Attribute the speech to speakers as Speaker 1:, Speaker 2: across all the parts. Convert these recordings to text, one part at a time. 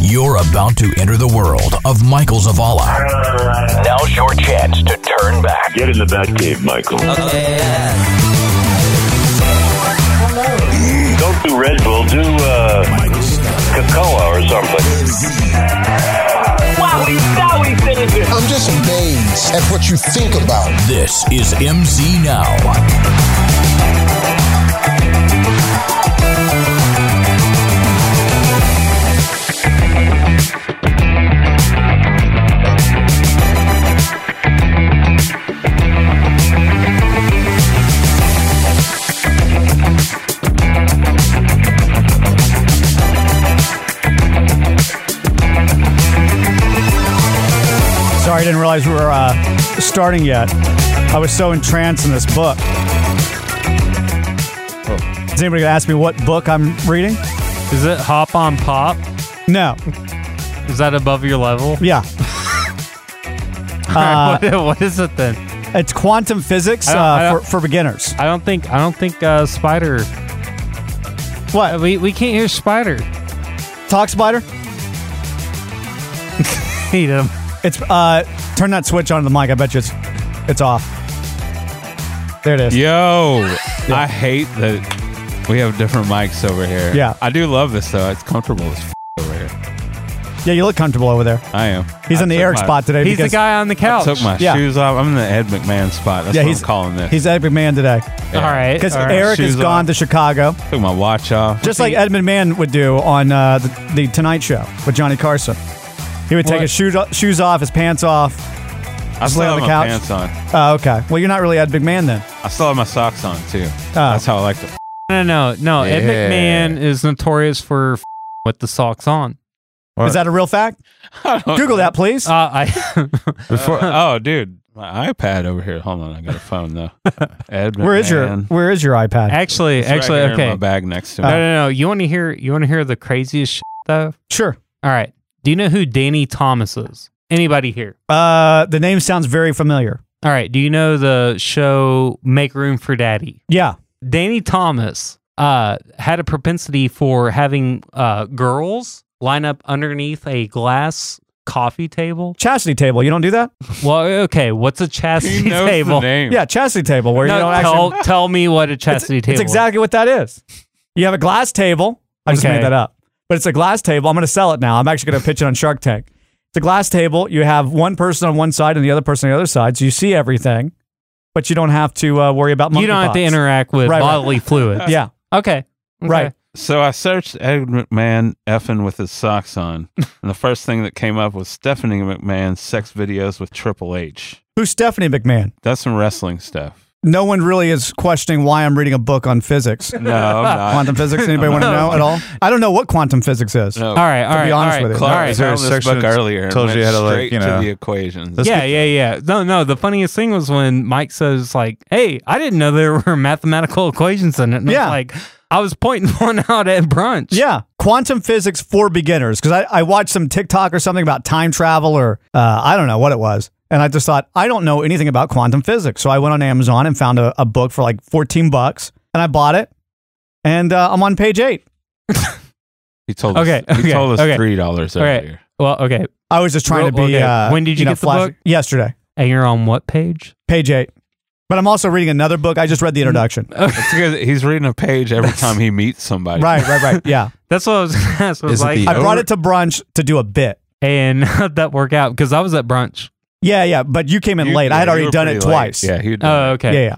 Speaker 1: You're about to enter the world of Michael Zavala. Now's your chance to turn back.
Speaker 2: Get in the back cave, Michael. Mm, Don't do Red Bull. Do uh, cocoa or something.
Speaker 3: I'm just amazed at what you think about.
Speaker 1: This is MZ Now.
Speaker 4: Sorry, I didn't realize we were uh, starting yet. I was so entranced in this book.
Speaker 5: Oh.
Speaker 4: Is anybody going to ask me what book I'm reading?
Speaker 5: Is it Hop on Pop?
Speaker 4: No.
Speaker 5: Is that above your level?
Speaker 4: Yeah. Uh,
Speaker 5: What- what is it then?
Speaker 4: It's quantum physics
Speaker 5: I don't- I
Speaker 4: uh,
Speaker 5: don't-
Speaker 4: for, for beginners.
Speaker 5: I don't think I don't think uh, Spider. Uh,
Speaker 4: What?
Speaker 5: We we can't hear Spider.
Speaker 4: Talk Spider?
Speaker 5: Hate him.
Speaker 4: It's uh, turn that switch on to the mic. I bet you it's it's off. There it is.
Speaker 6: Yo, I hate that we have different mics over here.
Speaker 4: Yeah.
Speaker 6: I do love this though. It's comfortable as f- over here.
Speaker 4: Yeah, you look comfortable over there.
Speaker 6: I am.
Speaker 4: He's
Speaker 6: I
Speaker 4: in the
Speaker 6: took
Speaker 4: Eric
Speaker 6: my-
Speaker 4: spot today.
Speaker 5: He's the
Speaker 4: because,
Speaker 5: guy on the couch.
Speaker 6: Took my
Speaker 4: Yeah.
Speaker 6: shoes off. I'm in the Ed McMahon spot. That's
Speaker 4: Yeah,
Speaker 6: what
Speaker 4: he's
Speaker 6: I'm calling this.
Speaker 4: He's Ed McMahon today
Speaker 6: Yeah.
Speaker 5: All right.
Speaker 4: because
Speaker 5: all right.
Speaker 4: Eric has
Speaker 6: Shoes
Speaker 4: gone
Speaker 6: off.
Speaker 4: to Chicago,
Speaker 6: Took my watch off.
Speaker 4: just like Edmund Mann would do on uh, the, the Tonight Show with Johnny Carson. He would take
Speaker 5: What?
Speaker 4: his shoes shoes off, his pants off.
Speaker 6: I still
Speaker 4: lay
Speaker 6: have
Speaker 4: on the
Speaker 6: my
Speaker 4: couch.
Speaker 6: pants on.
Speaker 4: Oh, okay. Well, you're not really Ed McMahon then.
Speaker 6: I still have my socks on too.
Speaker 4: Oh.
Speaker 6: That's how I like to. F-
Speaker 5: No, no, no. no.
Speaker 6: Yeah.
Speaker 5: Ed McMahon is notorious for f- with the socks on.
Speaker 4: Is that a real fact? Google that, please.
Speaker 5: Uh, I
Speaker 6: Before, oh, dude, my iPad over here. Hold on, I got a phone though. Ed
Speaker 4: where is your
Speaker 6: McMahon.
Speaker 4: Where is your iPad?
Speaker 5: actually,
Speaker 6: It's right
Speaker 5: actually,
Speaker 6: here in
Speaker 5: okay.
Speaker 6: my bag next
Speaker 4: Uh,
Speaker 6: to me.
Speaker 5: No, no, no. You want to hear? You want to hear the craziest shit, though?
Speaker 4: Sure.
Speaker 5: All right. Do you know who Danny Thomas is? Anybody here?
Speaker 4: Uh, the name sounds very familiar.
Speaker 5: All right. Do you know the show Make Room for Daddy?
Speaker 4: Yeah.
Speaker 5: Danny Thomas uh, had a propensity for having uh, girls line up underneath a glass coffee table.
Speaker 4: Chastity table. You don't do that?
Speaker 5: Well, okay, what's a
Speaker 6: he
Speaker 5: chastity
Speaker 6: knows
Speaker 5: table?
Speaker 6: the name.
Speaker 4: Yeah, chastity table where
Speaker 5: No,
Speaker 4: you don't
Speaker 5: tell,
Speaker 4: actually.
Speaker 5: tell me what a
Speaker 4: It's,
Speaker 5: chastity
Speaker 4: it's
Speaker 5: table. is.
Speaker 4: exactly what that is. You have a glass table. I just
Speaker 5: Okay.
Speaker 4: made that up, but it's a glass table. I'm going to sell it now. I'm actually going to pitch it on Shark Tank. It's a glass table. You have one person on one side and the other person on the other side, so you see everything, but you don't have to uh, worry about.
Speaker 5: You don't have to
Speaker 4: monkeypox.
Speaker 5: interact with
Speaker 4: Right, right.
Speaker 5: bodily fluids.
Speaker 4: Yeah,
Speaker 5: Okay.
Speaker 4: Right.
Speaker 5: okay.
Speaker 6: So I searched Ed McMahon effing with his socks on, and the first thing that came up was Stephanie McMahon's sex videos with Triple H.
Speaker 4: who's Stephanie McMahon?
Speaker 6: That's some wrestling stuff.
Speaker 4: No one really is questioning why I'm reading a book on physics,
Speaker 6: No, I'm not.
Speaker 4: quantum physics. Anybody want to know at all? I don't know what quantum physics is.
Speaker 6: No.
Speaker 5: All right. All right.
Speaker 4: be
Speaker 5: all
Speaker 4: honest
Speaker 5: right,
Speaker 4: with you.
Speaker 5: all
Speaker 6: Clark
Speaker 5: right.
Speaker 6: was
Speaker 7: there a
Speaker 6: on this
Speaker 7: section
Speaker 6: book
Speaker 7: that
Speaker 6: earlier. and
Speaker 7: tells
Speaker 6: went
Speaker 7: you how to, like,
Speaker 6: straight
Speaker 7: you know-
Speaker 6: to the equations.
Speaker 7: Let's
Speaker 5: yeah, yeah, yeah. No, no. The funniest thing was when Mike says, like, hey, I didn't know there were mathematical equations in it. And I was
Speaker 4: Yeah.
Speaker 5: like, I was pointing one out at brunch.
Speaker 4: Yeah, quantum physics for beginners. Because I, I watched some TikTok or something about time travel or uh, I don't know what it was. And I just thought, I don't know anything about quantum physics. So I went on Amazon and found a, a book for like 14 bucks and I bought it. And uh, I'm on page eight.
Speaker 6: He told
Speaker 5: Okay,
Speaker 6: us.
Speaker 5: okay,
Speaker 6: He told us
Speaker 5: okay.
Speaker 6: three dollars
Speaker 5: All right.
Speaker 6: earlier.
Speaker 5: Well, okay.
Speaker 4: I was just trying
Speaker 5: Well,
Speaker 4: to be.
Speaker 5: okay.
Speaker 4: Uh,
Speaker 5: When did you get the
Speaker 4: flashy.
Speaker 5: book?
Speaker 4: Yesterday,
Speaker 5: And you're on what page?
Speaker 4: page eight. But I'm also reading another book. I just read the introduction.
Speaker 6: It's because he's reading a page every time he meets somebody.
Speaker 4: right, right, right. Yeah.
Speaker 5: That's what I was gonna ask. I was
Speaker 7: Is it
Speaker 5: like,
Speaker 7: the-
Speaker 4: I
Speaker 7: Over-
Speaker 4: brought it to brunch to do a bit.
Speaker 5: and how'd that work out? Because I was at brunch.
Speaker 4: Yeah, yeah. But you came in
Speaker 6: You-
Speaker 4: late. I
Speaker 6: yeah,
Speaker 4: had
Speaker 6: you
Speaker 4: already
Speaker 6: were
Speaker 4: done it
Speaker 6: pretty late.
Speaker 4: twice.
Speaker 6: Yeah, he.
Speaker 5: Oh, okay.
Speaker 4: Yeah, yeah.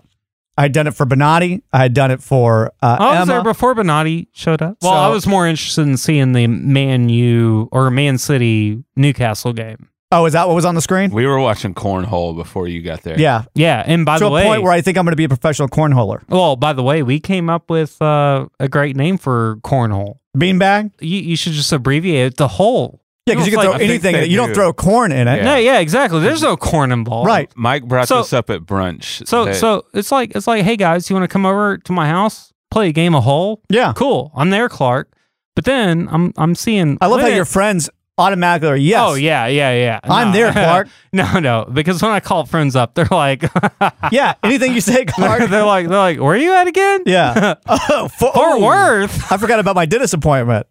Speaker 4: I had done it for Benatti. I had done it for uh,
Speaker 5: Oh, I was
Speaker 4: Emma.
Speaker 5: there before Benatti showed up. Well,
Speaker 4: So-
Speaker 5: I was more interested in seeing the Man U or Man City Newcastle game.
Speaker 4: Oh, is that what was on the screen?
Speaker 6: We were watching cornhole before you got there.
Speaker 4: Yeah.
Speaker 5: Yeah, and by
Speaker 4: to
Speaker 5: the
Speaker 4: a
Speaker 5: way,
Speaker 4: point where I think I'm going to be a professional cornholer.
Speaker 5: well, by the way, we came up with uh, a great name for cornhole.
Speaker 4: Beanbag?
Speaker 5: You, you should just abbreviate it to hole.
Speaker 4: Yeah, because
Speaker 5: No,
Speaker 4: you can
Speaker 5: it's
Speaker 4: throw
Speaker 5: like-
Speaker 6: I think
Speaker 4: anything.
Speaker 6: they
Speaker 4: in it. You don't
Speaker 6: do.
Speaker 4: throw corn in it.
Speaker 6: Yeah.
Speaker 5: No, yeah, exactly. There's no corn involved.
Speaker 4: Right.
Speaker 6: Mike brought
Speaker 5: So-
Speaker 6: this up at brunch.
Speaker 5: So
Speaker 6: that-
Speaker 5: so it's like it's like, hey guys, you want to come over to my house, play a game of hole?
Speaker 4: Yeah.
Speaker 5: Cool. I'm there, Clark. But then I'm I'm seeing
Speaker 4: I love how
Speaker 5: women-
Speaker 4: your friends automatically are yes.
Speaker 5: Oh yeah, yeah, yeah.
Speaker 4: I'm there, Clark.
Speaker 5: no, no, because when I call friends up, they're like,
Speaker 4: Yeah. Anything you say, Clark.
Speaker 5: they're like, they're like, where are you at again?
Speaker 4: yeah. Oh, for,
Speaker 5: Fort
Speaker 4: oh.
Speaker 5: Worth.
Speaker 4: I forgot about my dentist appointment.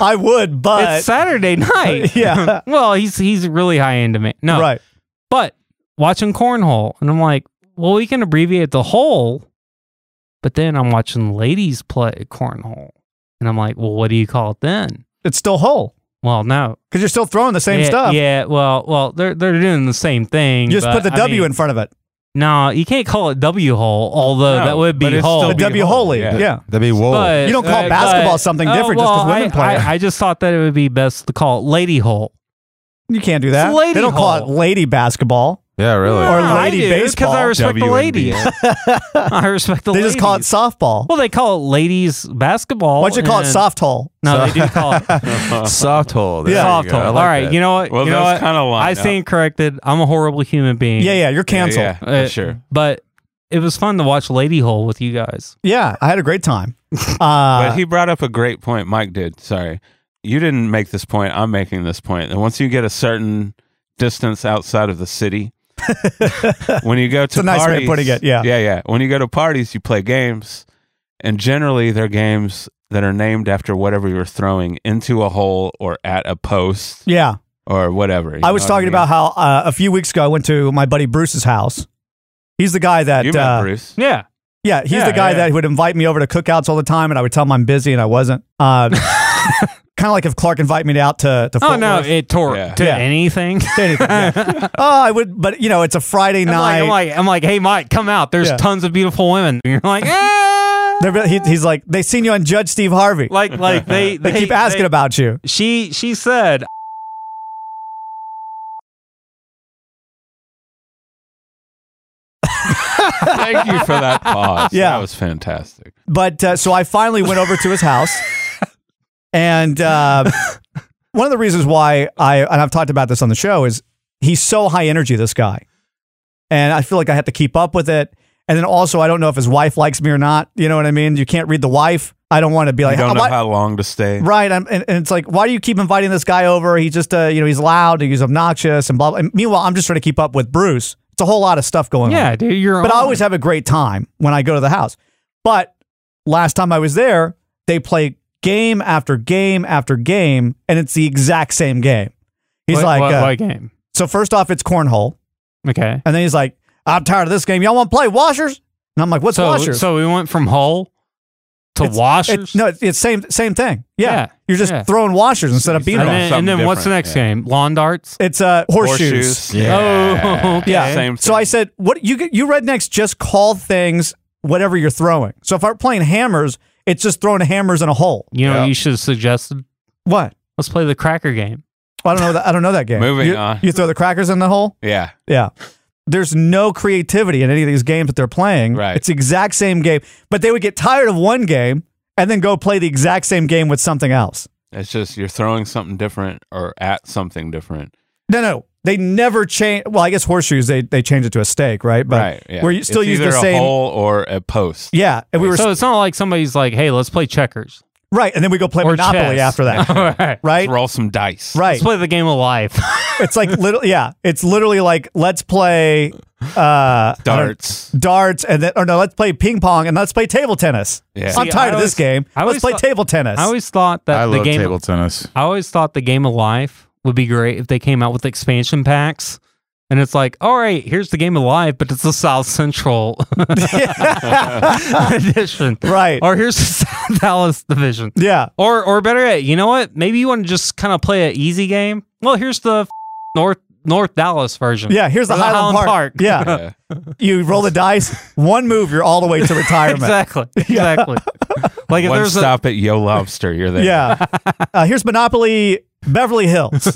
Speaker 4: I would, but
Speaker 5: it's Saturday night.
Speaker 4: yeah.
Speaker 5: well, he's he's really high end to me. No,
Speaker 4: right.
Speaker 5: But watching cornhole, and I'm like, well, we can abbreviate the hole. But then I'm watching ladies play cornhole, and I'm like, well, what do you call it then?
Speaker 4: It's still whole
Speaker 5: Well, no,
Speaker 4: because you're still throwing the same
Speaker 5: yeah,
Speaker 4: stuff.
Speaker 5: Yeah, well, well, they're they're doing the same thing.
Speaker 4: You just
Speaker 5: but
Speaker 4: put the
Speaker 5: I
Speaker 4: W
Speaker 5: mean,
Speaker 4: in front of it.
Speaker 5: No, you can't call it W hole, although
Speaker 6: No,
Speaker 5: that would
Speaker 6: but
Speaker 5: be
Speaker 6: it's
Speaker 5: hole.
Speaker 6: still
Speaker 4: The
Speaker 6: be
Speaker 4: W
Speaker 6: whole,
Speaker 4: holy.
Speaker 6: yeah.
Speaker 4: Yeah.
Speaker 7: That'd be wool.
Speaker 5: But-
Speaker 4: You don't call
Speaker 5: but- oh,
Speaker 4: basketball something different just 'cause
Speaker 5: well,
Speaker 4: women
Speaker 5: I,
Speaker 4: play it.
Speaker 5: I, I just thought that it would be best to call it lady hole.
Speaker 4: You can't do that.
Speaker 5: It's lady
Speaker 4: they don't call it
Speaker 5: hole.
Speaker 4: lady basketball.
Speaker 6: Oh,
Speaker 7: yeah, really.
Speaker 4: Or
Speaker 5: I
Speaker 4: lady
Speaker 5: do,
Speaker 4: baseball.
Speaker 5: I respect the
Speaker 7: WNBA.
Speaker 5: ladies. I respect the
Speaker 4: they
Speaker 5: ladies.
Speaker 4: just call it softball.
Speaker 5: Well, they call it ladies basketball.
Speaker 4: Why don't you call it
Speaker 5: and-
Speaker 4: soft hole?
Speaker 5: No, they do call it
Speaker 7: Soft hole. There
Speaker 4: Yeah.
Speaker 7: you
Speaker 5: soft
Speaker 7: go.
Speaker 5: hole.
Speaker 7: I
Speaker 5: All
Speaker 7: like
Speaker 5: right,
Speaker 7: that.
Speaker 5: you know what?
Speaker 6: Well,
Speaker 5: you know
Speaker 6: those
Speaker 5: what?
Speaker 6: kinda line
Speaker 5: I
Speaker 6: up.
Speaker 5: stand corrected. I'm a horrible human being.
Speaker 4: Yeah, yeah, you're canceled.
Speaker 6: Yeah,
Speaker 4: Yeah,
Speaker 6: for
Speaker 5: Uh,
Speaker 6: sure.
Speaker 5: But it was fun to watch Lady Hole with you guys.
Speaker 4: I had a great time. Uh,
Speaker 6: but he brought up a great point. Mike did. Sorry, you didn't make this point. I'm making this point. And once you get a certain distance outside of the city, when you go to
Speaker 4: a nice way of
Speaker 6: parties,
Speaker 4: putting it, yeah.
Speaker 6: yeah, yeah. When you go to parties, you play games, and generally they're games that are named after whatever you're throwing into a hole or at a post
Speaker 4: yeah,
Speaker 6: or whatever. you
Speaker 4: I was
Speaker 6: know what
Speaker 4: talking
Speaker 6: mean?
Speaker 4: about how uh, a few weeks ago I went to my buddy Bruce's house. He's the guy that
Speaker 6: you met
Speaker 4: uh,
Speaker 6: Bruce.
Speaker 5: Yeah.
Speaker 4: yeah, he's
Speaker 6: Yeah,
Speaker 4: the guy
Speaker 6: yeah.
Speaker 4: that would invite me over to cookouts all the time, and I would tell him I'm busy and I wasn't. Uh, kind of like if Clark invited me out to to
Speaker 5: Oh
Speaker 4: Fort
Speaker 5: no,
Speaker 4: Worth.
Speaker 5: it tore
Speaker 6: Yeah.
Speaker 5: to
Speaker 4: Yeah.
Speaker 5: anything.
Speaker 4: Anything, yeah. oh, I would, but you know, it's a Friday
Speaker 5: I'm
Speaker 4: night.
Speaker 5: like, I'm like, I'm like, hey, Mike, come out. There's
Speaker 4: Yeah.
Speaker 5: tons of beautiful women. And you're like, "Ah."
Speaker 4: They're re- he, he's like, they seen you on Judge Steve Harvey.
Speaker 5: like, like they,
Speaker 4: they, keep asking
Speaker 5: they-
Speaker 4: about you.
Speaker 5: She, she said,
Speaker 6: Thank you for that pause.
Speaker 4: Yeah.
Speaker 6: that was fantastic.
Speaker 4: But uh, so I finally went over to his house, and uh, one of the reasons why I and I've talked about this on the show is he's so high energy. This guy, and I feel like I have to keep up with it. And then also, I don't know if his wife likes me or not. You know what I mean? You can't read the wife. I don't want to be
Speaker 6: I
Speaker 4: like, "Uh,
Speaker 6: don't know
Speaker 4: "Why-"
Speaker 6: how long to stay.
Speaker 4: right? I'm, and, and it's like, why do you keep inviting this guy over? He just, uh, you know, he's loud and he's obnoxious and blah. blah. And meanwhile, I'm just trying to keep up with Bruce. It's a whole lot of stuff going on.
Speaker 5: yeah, dude, you're.
Speaker 4: But I
Speaker 5: on.
Speaker 4: always have a great time when I go to the house. But last time I was there, they play game after game after game, and it's the exact same game. He's
Speaker 5: What-
Speaker 4: like,
Speaker 5: what,
Speaker 4: uh,
Speaker 5: what game?
Speaker 4: so first off, it's cornhole,
Speaker 5: Okay.
Speaker 4: and then he's like, I'm tired of this game. Y'all want to play washers? And I'm like, what's
Speaker 5: So,
Speaker 4: washers?
Speaker 5: so we went from Hull to
Speaker 4: It's-
Speaker 5: Washers.
Speaker 4: It- no, it's, it's same same thing. Yeah,
Speaker 5: Yeah,
Speaker 4: you're just
Speaker 5: yeah.
Speaker 4: throwing washers instead of
Speaker 6: Exactly.
Speaker 4: bean
Speaker 5: and
Speaker 6: know,
Speaker 4: balls.
Speaker 5: then, and
Speaker 6: something
Speaker 5: then what's the
Speaker 6: different,
Speaker 5: next
Speaker 6: yeah.
Speaker 5: game? Lawn darts.
Speaker 4: It's uh, horseshoes.
Speaker 7: Yeah.
Speaker 5: Oh, okay.
Speaker 4: Yeah.
Speaker 6: Same
Speaker 4: So I said, "What you get- you rednecks just call things whatever you're throwing. So if I'm playing hammers, it's just throwing hammers in a hole.
Speaker 5: You know,
Speaker 6: Yeah.
Speaker 5: what you should have suggested.
Speaker 4: What?
Speaker 5: Let's play the cracker game.
Speaker 4: Well, I don't know. That, I don't know that game.
Speaker 6: Moving
Speaker 4: you,
Speaker 6: on.
Speaker 4: You throw the crackers in the hole.
Speaker 6: Yeah.
Speaker 4: Yeah. There's no creativity in any of these games that they're playing.
Speaker 6: Right.
Speaker 4: It's the exact same game, but they would get tired of one game and then go play the exact same game with something else.
Speaker 6: It's just you're throwing something different or at something different.
Speaker 4: No, no. They never change. Well, I guess horseshoes they they change it to a stake, right? But
Speaker 6: right. Yeah.
Speaker 4: Where you still
Speaker 6: it's
Speaker 4: use
Speaker 6: either
Speaker 4: the
Speaker 6: a
Speaker 4: same.
Speaker 6: hole or a post.
Speaker 4: yeah, and we were
Speaker 5: so it's not like somebody's like, hey, let's play checkers
Speaker 4: right, and then we go play
Speaker 5: or
Speaker 4: Monopoly
Speaker 5: chess.
Speaker 4: after that,
Speaker 5: All right.
Speaker 4: right?
Speaker 6: Roll some dice.
Speaker 4: Right.
Speaker 5: Let's play the game of life.
Speaker 4: It's like little. Yeah, it's literally like let's play uh,
Speaker 6: Darts.
Speaker 4: darts and then or no, let's play ping pong and let's play table tennis.
Speaker 6: Yeah.
Speaker 4: I'm
Speaker 5: See,
Speaker 4: tired
Speaker 5: I
Speaker 4: of this game.
Speaker 5: always- I
Speaker 4: let's
Speaker 5: always
Speaker 4: play
Speaker 5: thought-
Speaker 4: table tennis.
Speaker 5: I always thought that
Speaker 7: I
Speaker 5: the
Speaker 7: love
Speaker 5: game.
Speaker 7: table tennis.
Speaker 5: I always thought the game of life would be great if they came out with expansion packs. And it's like, all right, here's the game of life, but it's the South Central edition.
Speaker 4: right.
Speaker 5: Or here's the South Dallas division.
Speaker 4: yeah.
Speaker 5: Or or better yet, you know what? Maybe you want to just kind of play an easy game. Well, here's the f- North North Dallas version.
Speaker 4: Yeah. Here's the,
Speaker 5: Or
Speaker 4: Highland, Park. Yeah.
Speaker 6: Yeah.
Speaker 4: You roll the dice. One move, you're all the way to retirement.
Speaker 5: exactly. Exactly. like if
Speaker 6: One
Speaker 5: there's
Speaker 6: stop at Yo Lobster. You're there.
Speaker 4: Yeah. Uh, here's Monopoly Beverly Hills.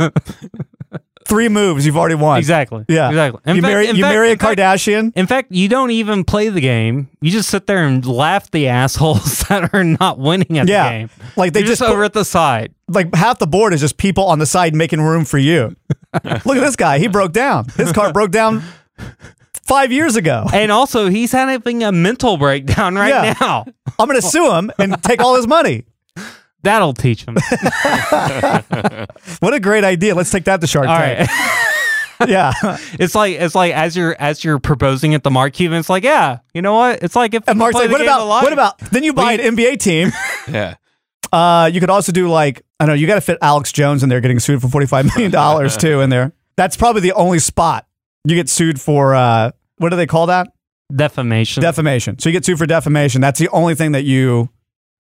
Speaker 4: Three moves, you've already
Speaker 5: a
Speaker 4: won.
Speaker 5: exactly.
Speaker 4: Yeah.
Speaker 5: Exactly. In
Speaker 4: you
Speaker 5: fact-
Speaker 4: marry
Speaker 5: in
Speaker 4: you
Speaker 5: fact-
Speaker 4: marry a
Speaker 5: in fact-
Speaker 4: Kardashian.
Speaker 5: In fact, you don't even play the game. You just sit there and laugh at the assholes that are not winning at
Speaker 4: Yeah.
Speaker 5: the game.
Speaker 4: Like they
Speaker 5: You're
Speaker 4: just
Speaker 5: just,
Speaker 4: put-
Speaker 5: over at the side.
Speaker 4: like half the board is just people on the side making room for you. Look at this guy. He broke down. His car broke down five years ago.
Speaker 5: And also, he's having a mental breakdown right
Speaker 4: Yeah.
Speaker 5: now.
Speaker 4: I'm going to sue him and take all his money.
Speaker 5: That'll teach them.
Speaker 4: What a great idea. Let's take that to Shark
Speaker 5: All
Speaker 4: Tank.
Speaker 5: right.
Speaker 4: Yeah.
Speaker 5: It's like it's like as you're as you're proposing at the Mark Cuban, it's like, yeah, you know what? It's like if
Speaker 4: And
Speaker 5: you
Speaker 4: Mark's
Speaker 5: play
Speaker 4: like,
Speaker 5: the
Speaker 4: what
Speaker 5: game
Speaker 4: about
Speaker 5: of life-
Speaker 4: what about then you buy
Speaker 5: We-
Speaker 4: an NBA team.
Speaker 6: Yeah.
Speaker 4: Uh you could also do like I don't know, you gotta fit Alex Jones in there getting sued for forty five million dollars too in there. That's probably the only spot you get sued for uh what do they call that?
Speaker 5: defamation?
Speaker 4: Defamation. So you get sued for defamation. That's the only thing that you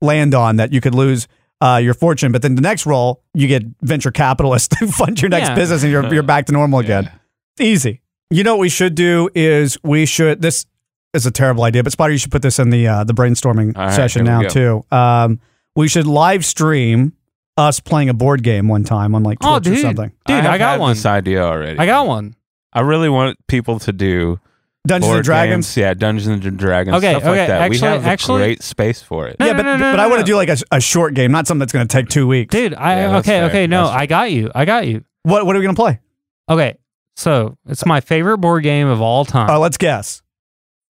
Speaker 4: land on that you could lose uh, your fortune. But then the next role, you get venture capitalist to fund your next
Speaker 5: Yeah.
Speaker 4: business and you're, you're back to normal again. Easy. You know what we should do is we should, this is a terrible idea, but Spider, you should put this in the, uh, the brainstorming
Speaker 6: All right,
Speaker 4: session
Speaker 6: here we
Speaker 4: now too. Um, we should live stream us playing a board game one time on like Twitch
Speaker 5: Oh,
Speaker 4: or
Speaker 5: dude.
Speaker 4: something.
Speaker 5: Dude, I,
Speaker 6: have
Speaker 5: got
Speaker 6: had
Speaker 5: one.
Speaker 6: This idea already.
Speaker 5: I got one.
Speaker 6: I really want people to do
Speaker 4: Dungeons
Speaker 6: board
Speaker 4: and Dragons.
Speaker 6: games. Yeah, Dungeons and Dragons.
Speaker 5: Okay,
Speaker 6: stuff
Speaker 5: okay,
Speaker 6: like that. we
Speaker 5: actually-
Speaker 6: have
Speaker 5: actually-
Speaker 6: a great space for it.
Speaker 5: No,
Speaker 4: yeah,
Speaker 5: no,
Speaker 4: but,
Speaker 5: no, no,
Speaker 4: but
Speaker 5: no,
Speaker 4: I want
Speaker 5: no.
Speaker 4: to do like a, a short game, not something that's going to take two weeks.
Speaker 5: Dude, I
Speaker 6: Yeah, that's
Speaker 5: okay,
Speaker 6: fair.
Speaker 5: okay, no,
Speaker 6: That's
Speaker 5: I got you. I got you.
Speaker 4: What, what are we going to play?
Speaker 5: Okay. So it's my favorite board game of all time.
Speaker 4: All right, Uh, let's guess.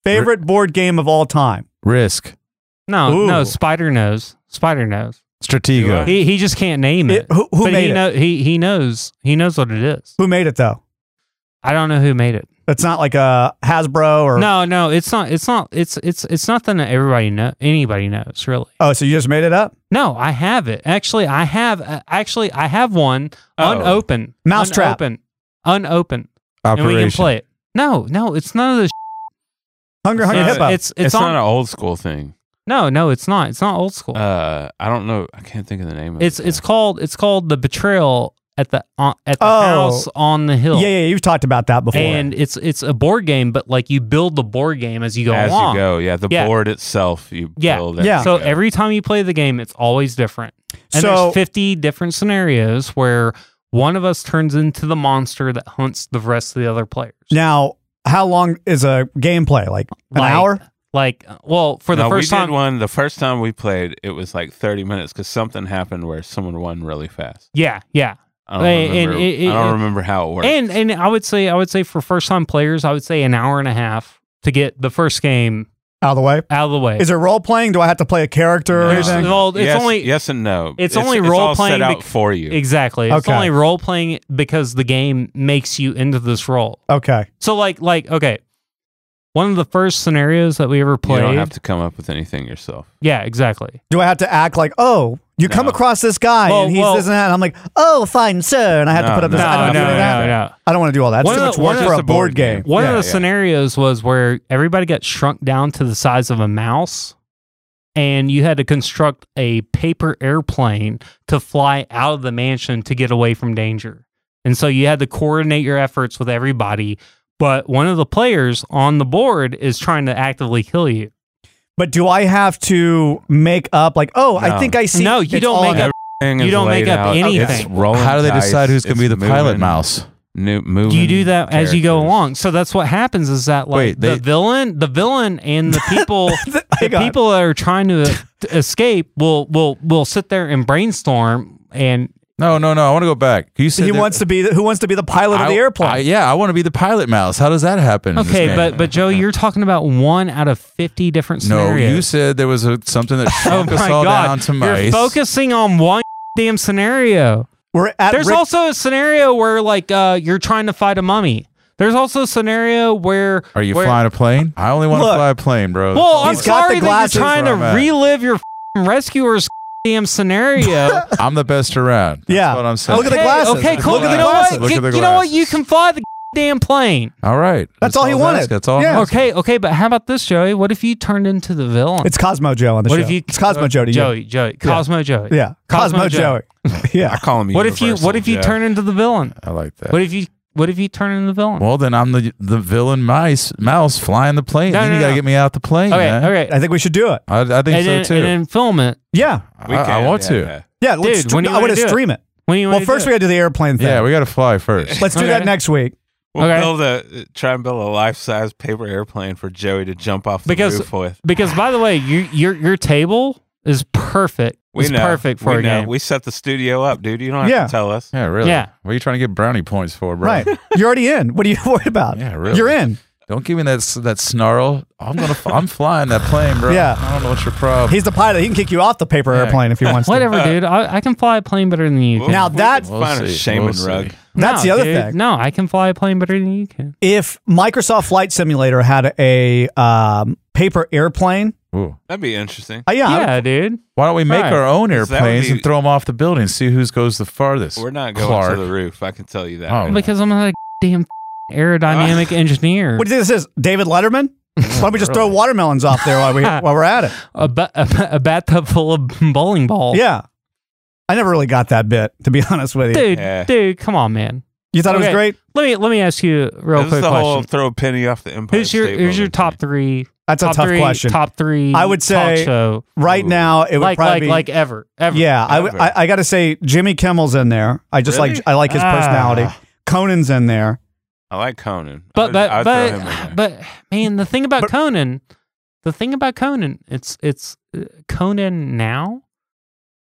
Speaker 4: Favorite board game of all time.
Speaker 7: Risk.
Speaker 5: no,
Speaker 4: ooh.
Speaker 5: no, Spider knows. Spider knows.
Speaker 7: Stratego.
Speaker 5: He he just can't name it.
Speaker 4: It- who who
Speaker 5: but
Speaker 4: made
Speaker 5: he
Speaker 4: it?
Speaker 5: know he he knows he knows what it is.
Speaker 4: who made it though?
Speaker 5: I don't know who made it.
Speaker 4: That's not like a Hasbro or
Speaker 5: No, no, it's not. It's not. It's it's it's nothing that everybody know. Anybody knows really.
Speaker 4: Oh, so you just made it up?
Speaker 5: No, I have it. Actually, I have. Uh, actually, I have one
Speaker 6: Oh.
Speaker 5: unopened.
Speaker 4: Mousetrap.
Speaker 5: Unopened. Unopened. And
Speaker 7: Operation.
Speaker 5: we can play it. No, no, it's none of this.
Speaker 4: Hungry
Speaker 5: shit.
Speaker 4: Hungry
Speaker 6: not-
Speaker 5: It's,
Speaker 4: Hippo.
Speaker 5: it's, it's,
Speaker 6: It's,
Speaker 5: on.
Speaker 6: not an old school thing.
Speaker 5: no, no, it's not. It's not old school.
Speaker 6: Uh, I don't know. I can't think of the name of
Speaker 5: it's
Speaker 6: it.
Speaker 5: it's called it's called the betrayal at the on at the
Speaker 4: Oh.
Speaker 5: house on the hill.
Speaker 4: yeah, yeah, you've talked about that before.
Speaker 5: And it's it's a board game, but like you build the board game as you go
Speaker 6: as
Speaker 5: along.
Speaker 6: you go. Yeah, the
Speaker 5: Yeah.
Speaker 6: board itself. You
Speaker 5: Yeah.
Speaker 6: build. as
Speaker 4: Yeah.
Speaker 6: you
Speaker 5: So
Speaker 6: go.
Speaker 5: every time you play the game, it's always different. And
Speaker 4: So-
Speaker 5: there's 50 different scenarios where one of us turns into the monster that hunts the rest of the other players.
Speaker 4: now, how long is a gameplay? Like an
Speaker 5: Like-
Speaker 4: hour?
Speaker 5: Like, well, for the
Speaker 6: No,
Speaker 5: first
Speaker 6: we
Speaker 5: time,
Speaker 6: did one. The first time we played, it was like 30 minutes because something happened where someone won really fast.
Speaker 5: yeah, yeah.
Speaker 6: I don't,
Speaker 5: Hey, and
Speaker 6: remember,
Speaker 5: it- it-
Speaker 6: I don't
Speaker 5: it-
Speaker 6: remember how it worked.
Speaker 5: And and I would say I would say for first time players, I would say an hour and a half to get the first game
Speaker 4: Out of the way?
Speaker 5: out of the way.
Speaker 4: Is it role playing? Do I have to play a character or
Speaker 5: There's-
Speaker 4: anything?
Speaker 5: well, it's
Speaker 6: yes,
Speaker 5: only
Speaker 6: yes and no.
Speaker 5: it's only role
Speaker 6: all
Speaker 5: playing
Speaker 6: set out
Speaker 5: bec-
Speaker 6: for you.
Speaker 5: exactly. It's
Speaker 4: Okay.
Speaker 5: only role playing because the game makes you into this role.
Speaker 4: Okay.
Speaker 5: So like like okay, one of the first scenarios that we ever
Speaker 6: You
Speaker 5: played.
Speaker 6: don't have to come up with anything yourself.
Speaker 5: yeah, exactly.
Speaker 4: Do I have to act like, oh, you come
Speaker 6: No.
Speaker 4: across this guy
Speaker 5: Well,
Speaker 4: and he's
Speaker 5: well-
Speaker 4: this and that? And I'm like, oh, fine, sir. And I have to
Speaker 6: No,
Speaker 4: put up
Speaker 6: no,
Speaker 4: this. I
Speaker 5: No, no,
Speaker 4: don't,
Speaker 5: no,
Speaker 4: do any of that.
Speaker 5: no, no.
Speaker 4: I don't want to do all that.
Speaker 5: One
Speaker 4: That's
Speaker 5: of
Speaker 4: too
Speaker 5: the-
Speaker 4: much
Speaker 5: one
Speaker 4: work
Speaker 5: of
Speaker 4: for
Speaker 5: the
Speaker 4: a board game.
Speaker 5: One
Speaker 6: Yeah,
Speaker 5: of the
Speaker 6: yeah.
Speaker 5: scenarios was where everybody got shrunk down to the size of a mouse, and you had to construct a paper airplane to fly out of the mansion to get away from danger. And so you had to coordinate your efforts with everybody. But one of the players on the board is trying to actively kill you.
Speaker 4: But do I have to make up like, oh, I
Speaker 6: No.
Speaker 4: think I see
Speaker 5: no, you
Speaker 4: it's
Speaker 5: don't
Speaker 4: all
Speaker 5: make
Speaker 4: in-
Speaker 5: up.
Speaker 6: Everything
Speaker 5: You
Speaker 6: is
Speaker 5: don't make
Speaker 6: laid
Speaker 5: up
Speaker 6: out.
Speaker 5: anything.
Speaker 6: It's rolling
Speaker 7: How do they
Speaker 6: dice,
Speaker 7: decide who's going to be
Speaker 6: it's
Speaker 7: the pilot
Speaker 6: moving-
Speaker 7: mouse?
Speaker 6: New, moving
Speaker 5: You do that as you go
Speaker 6: characters.
Speaker 5: along. So that's what happens is that like
Speaker 7: Wait,
Speaker 5: the
Speaker 7: they- Oh
Speaker 5: villain, the villain and the people
Speaker 4: The-
Speaker 5: the
Speaker 4: hang on.
Speaker 5: people that are trying to, to escape will will will sit there and brainstorm and
Speaker 7: No, no, no. I want to go back. You said
Speaker 4: he
Speaker 7: there-
Speaker 4: wants to be the, who wants to be the pilot of
Speaker 7: I-
Speaker 4: the airplane?
Speaker 7: I- yeah, I want to be the pilot mouse. How does that happen? in this
Speaker 5: okay,
Speaker 7: game?
Speaker 5: but but Joe, you're talking about one out of fifty different
Speaker 7: no,
Speaker 5: scenarios.
Speaker 7: you said there was a, something that
Speaker 5: oh
Speaker 7: shrunk us
Speaker 5: my
Speaker 7: all
Speaker 5: god,
Speaker 7: down to
Speaker 5: you're
Speaker 7: mice.
Speaker 5: focusing on one damn scenario.
Speaker 4: We're at
Speaker 5: There's
Speaker 4: Rick-
Speaker 5: also a scenario where like uh, you're trying to fight a mummy. There's also a scenario where
Speaker 7: Are you
Speaker 5: where,
Speaker 7: flying a plane? I only want to
Speaker 4: Look.
Speaker 7: fly a plane, bro.
Speaker 5: Well, I'm
Speaker 4: He's got the
Speaker 5: sorry that
Speaker 4: glasses
Speaker 5: you're trying
Speaker 7: where I'm
Speaker 5: to
Speaker 7: at.
Speaker 5: relive your f***ing rescuer's damn scenario.
Speaker 7: I'm the best around. That's
Speaker 4: Yeah.
Speaker 7: what I'm saying.
Speaker 4: Look at the glasses.
Speaker 5: Okay, cool.
Speaker 7: Look at the
Speaker 5: you know
Speaker 7: glasses.
Speaker 5: what?
Speaker 7: Look at the
Speaker 5: you know what?
Speaker 7: glasses.
Speaker 5: You can fly the damn plane.
Speaker 7: All right.
Speaker 4: That's all he
Speaker 7: I was
Speaker 4: wanted.
Speaker 7: asking. That's all. I'm
Speaker 4: Yeah.
Speaker 7: asking.
Speaker 5: Okay, okay, but how about this, Joey? What if you turned into the villain?
Speaker 4: It's Cosmo Joe on the
Speaker 5: what
Speaker 4: show.
Speaker 5: if uh, you
Speaker 4: it's Cosmo Joe to you.
Speaker 5: Joey, Joey, Cosmo Joey.
Speaker 4: Yeah, Cosmo,
Speaker 5: Cosmo
Speaker 4: Joey.
Speaker 5: Joe.
Speaker 4: yeah,
Speaker 6: I call him.
Speaker 5: What if you
Speaker 6: Universal
Speaker 5: what if you
Speaker 6: Joe.
Speaker 5: turn into the villain?
Speaker 7: I like that.
Speaker 5: What if you what if you turn into the villain?
Speaker 7: well, then I'm the the villain mice mouse flying the plane.
Speaker 5: No,
Speaker 7: then
Speaker 5: no,
Speaker 7: you
Speaker 5: no.
Speaker 7: gotta get me out the plane.
Speaker 5: okay,
Speaker 7: man.
Speaker 5: okay.
Speaker 4: I think we should do it.
Speaker 7: I, I
Speaker 5: and,
Speaker 7: think so
Speaker 5: then,
Speaker 7: too.
Speaker 5: and then film it.
Speaker 4: Yeah,
Speaker 6: We
Speaker 7: I- I
Speaker 6: can,
Speaker 7: want
Speaker 6: yeah,
Speaker 7: to.
Speaker 6: yeah.
Speaker 4: yeah. Let's
Speaker 5: Dude, when do you
Speaker 4: I want
Speaker 5: wanna
Speaker 4: to
Speaker 5: do it?
Speaker 4: stream it.
Speaker 5: When do you
Speaker 4: Well,
Speaker 5: wanna
Speaker 4: first
Speaker 5: do
Speaker 4: we
Speaker 5: it?
Speaker 4: got to do the airplane thing.
Speaker 7: yeah, we gotta fly first.
Speaker 4: Let's do
Speaker 5: Okay.
Speaker 4: that next week.
Speaker 6: We'll
Speaker 5: Okay.
Speaker 6: build a uh, try and build a life size paper airplane for Joey to jump off the
Speaker 5: Because-
Speaker 6: roof with.
Speaker 5: because by the way, you, your your table is perfect.
Speaker 6: We
Speaker 5: it's
Speaker 6: know.
Speaker 5: perfect for
Speaker 6: we
Speaker 5: a
Speaker 6: know.
Speaker 5: game.
Speaker 6: We set the studio up, dude. You don't have
Speaker 4: Yeah.
Speaker 6: to tell us.
Speaker 7: yeah, really.
Speaker 5: Yeah.
Speaker 7: What are you trying to get brownie points for, bro?
Speaker 4: Right, you're already in. What are you worried about?
Speaker 7: Yeah, really.
Speaker 4: You're in.
Speaker 7: Don't give me that s- that snarl. I'm gonna. f- I'm flying that plane, bro.
Speaker 4: Yeah.
Speaker 7: I don't know what your problem.
Speaker 4: He's the pilot. He can kick you off the paper
Speaker 7: Yeah.
Speaker 4: airplane if he wants to.
Speaker 5: Whatever, dude. I, I can fly a plane better than you.
Speaker 6: We'll-
Speaker 5: can.
Speaker 4: Now
Speaker 6: we can
Speaker 4: that-
Speaker 7: We'll
Speaker 6: find a
Speaker 7: see.
Speaker 6: shaman
Speaker 7: We'll see.
Speaker 6: rug.
Speaker 4: That's
Speaker 5: No,
Speaker 4: the other
Speaker 5: dude.
Speaker 4: thing.
Speaker 5: No, I can fly a plane better than you can.
Speaker 4: If Microsoft Flight Simulator had a um, paper airplane,
Speaker 7: Ooh.
Speaker 6: That'd be interesting.
Speaker 4: uh, yeah, I would-
Speaker 5: Yeah, dude.
Speaker 7: Why don't we make
Speaker 5: Right.
Speaker 7: our own
Speaker 6: Because that would
Speaker 7: airplanes
Speaker 6: be-
Speaker 7: and throw them off the building? and See who's goes the farthest.
Speaker 6: We're not going
Speaker 7: Clark.
Speaker 6: to the roof. I can tell you that.
Speaker 7: Oh.
Speaker 6: right now.
Speaker 5: Because I'm not a damn aerodynamic engineer.
Speaker 4: What do you think this is, David Letterman? Why don't we just throw watermelons off there while we while we're at it?
Speaker 5: a, ba- a, ba- a bathtub full of bowling balls.
Speaker 4: Yeah, I never really got that bit to be honest with you.
Speaker 5: dude,
Speaker 6: Yeah.
Speaker 5: dude, come on, man.
Speaker 4: You thought it was
Speaker 5: Okay.
Speaker 4: great?
Speaker 5: Let me let me ask you a real
Speaker 6: This is
Speaker 5: quick
Speaker 6: the whole
Speaker 5: question.
Speaker 6: throw a penny off the Empire
Speaker 5: Who's your
Speaker 6: State
Speaker 5: who's your
Speaker 6: Building
Speaker 5: top
Speaker 6: thing.
Speaker 5: three?
Speaker 4: That's
Speaker 5: top
Speaker 4: a tough
Speaker 5: three,
Speaker 4: question.
Speaker 5: Top three.
Speaker 4: I would say
Speaker 5: talk show.
Speaker 4: right
Speaker 6: Ooh.
Speaker 4: now, it would
Speaker 5: like
Speaker 4: probably
Speaker 5: like
Speaker 4: be
Speaker 5: like ever ever.
Speaker 4: yeah. I,
Speaker 6: ever.
Speaker 4: would- I, I got to say Jimmy Kimmel's in there. I just
Speaker 6: Really?
Speaker 4: like I like his
Speaker 5: Ah.
Speaker 4: personality. Conan's in there.
Speaker 6: I like Conan.
Speaker 5: But but
Speaker 6: I'd- I'd throw him in
Speaker 5: but
Speaker 6: there.
Speaker 5: but man, the thing about
Speaker 4: But-
Speaker 5: Conan, the thing about Conan, it's it's uh, Conan now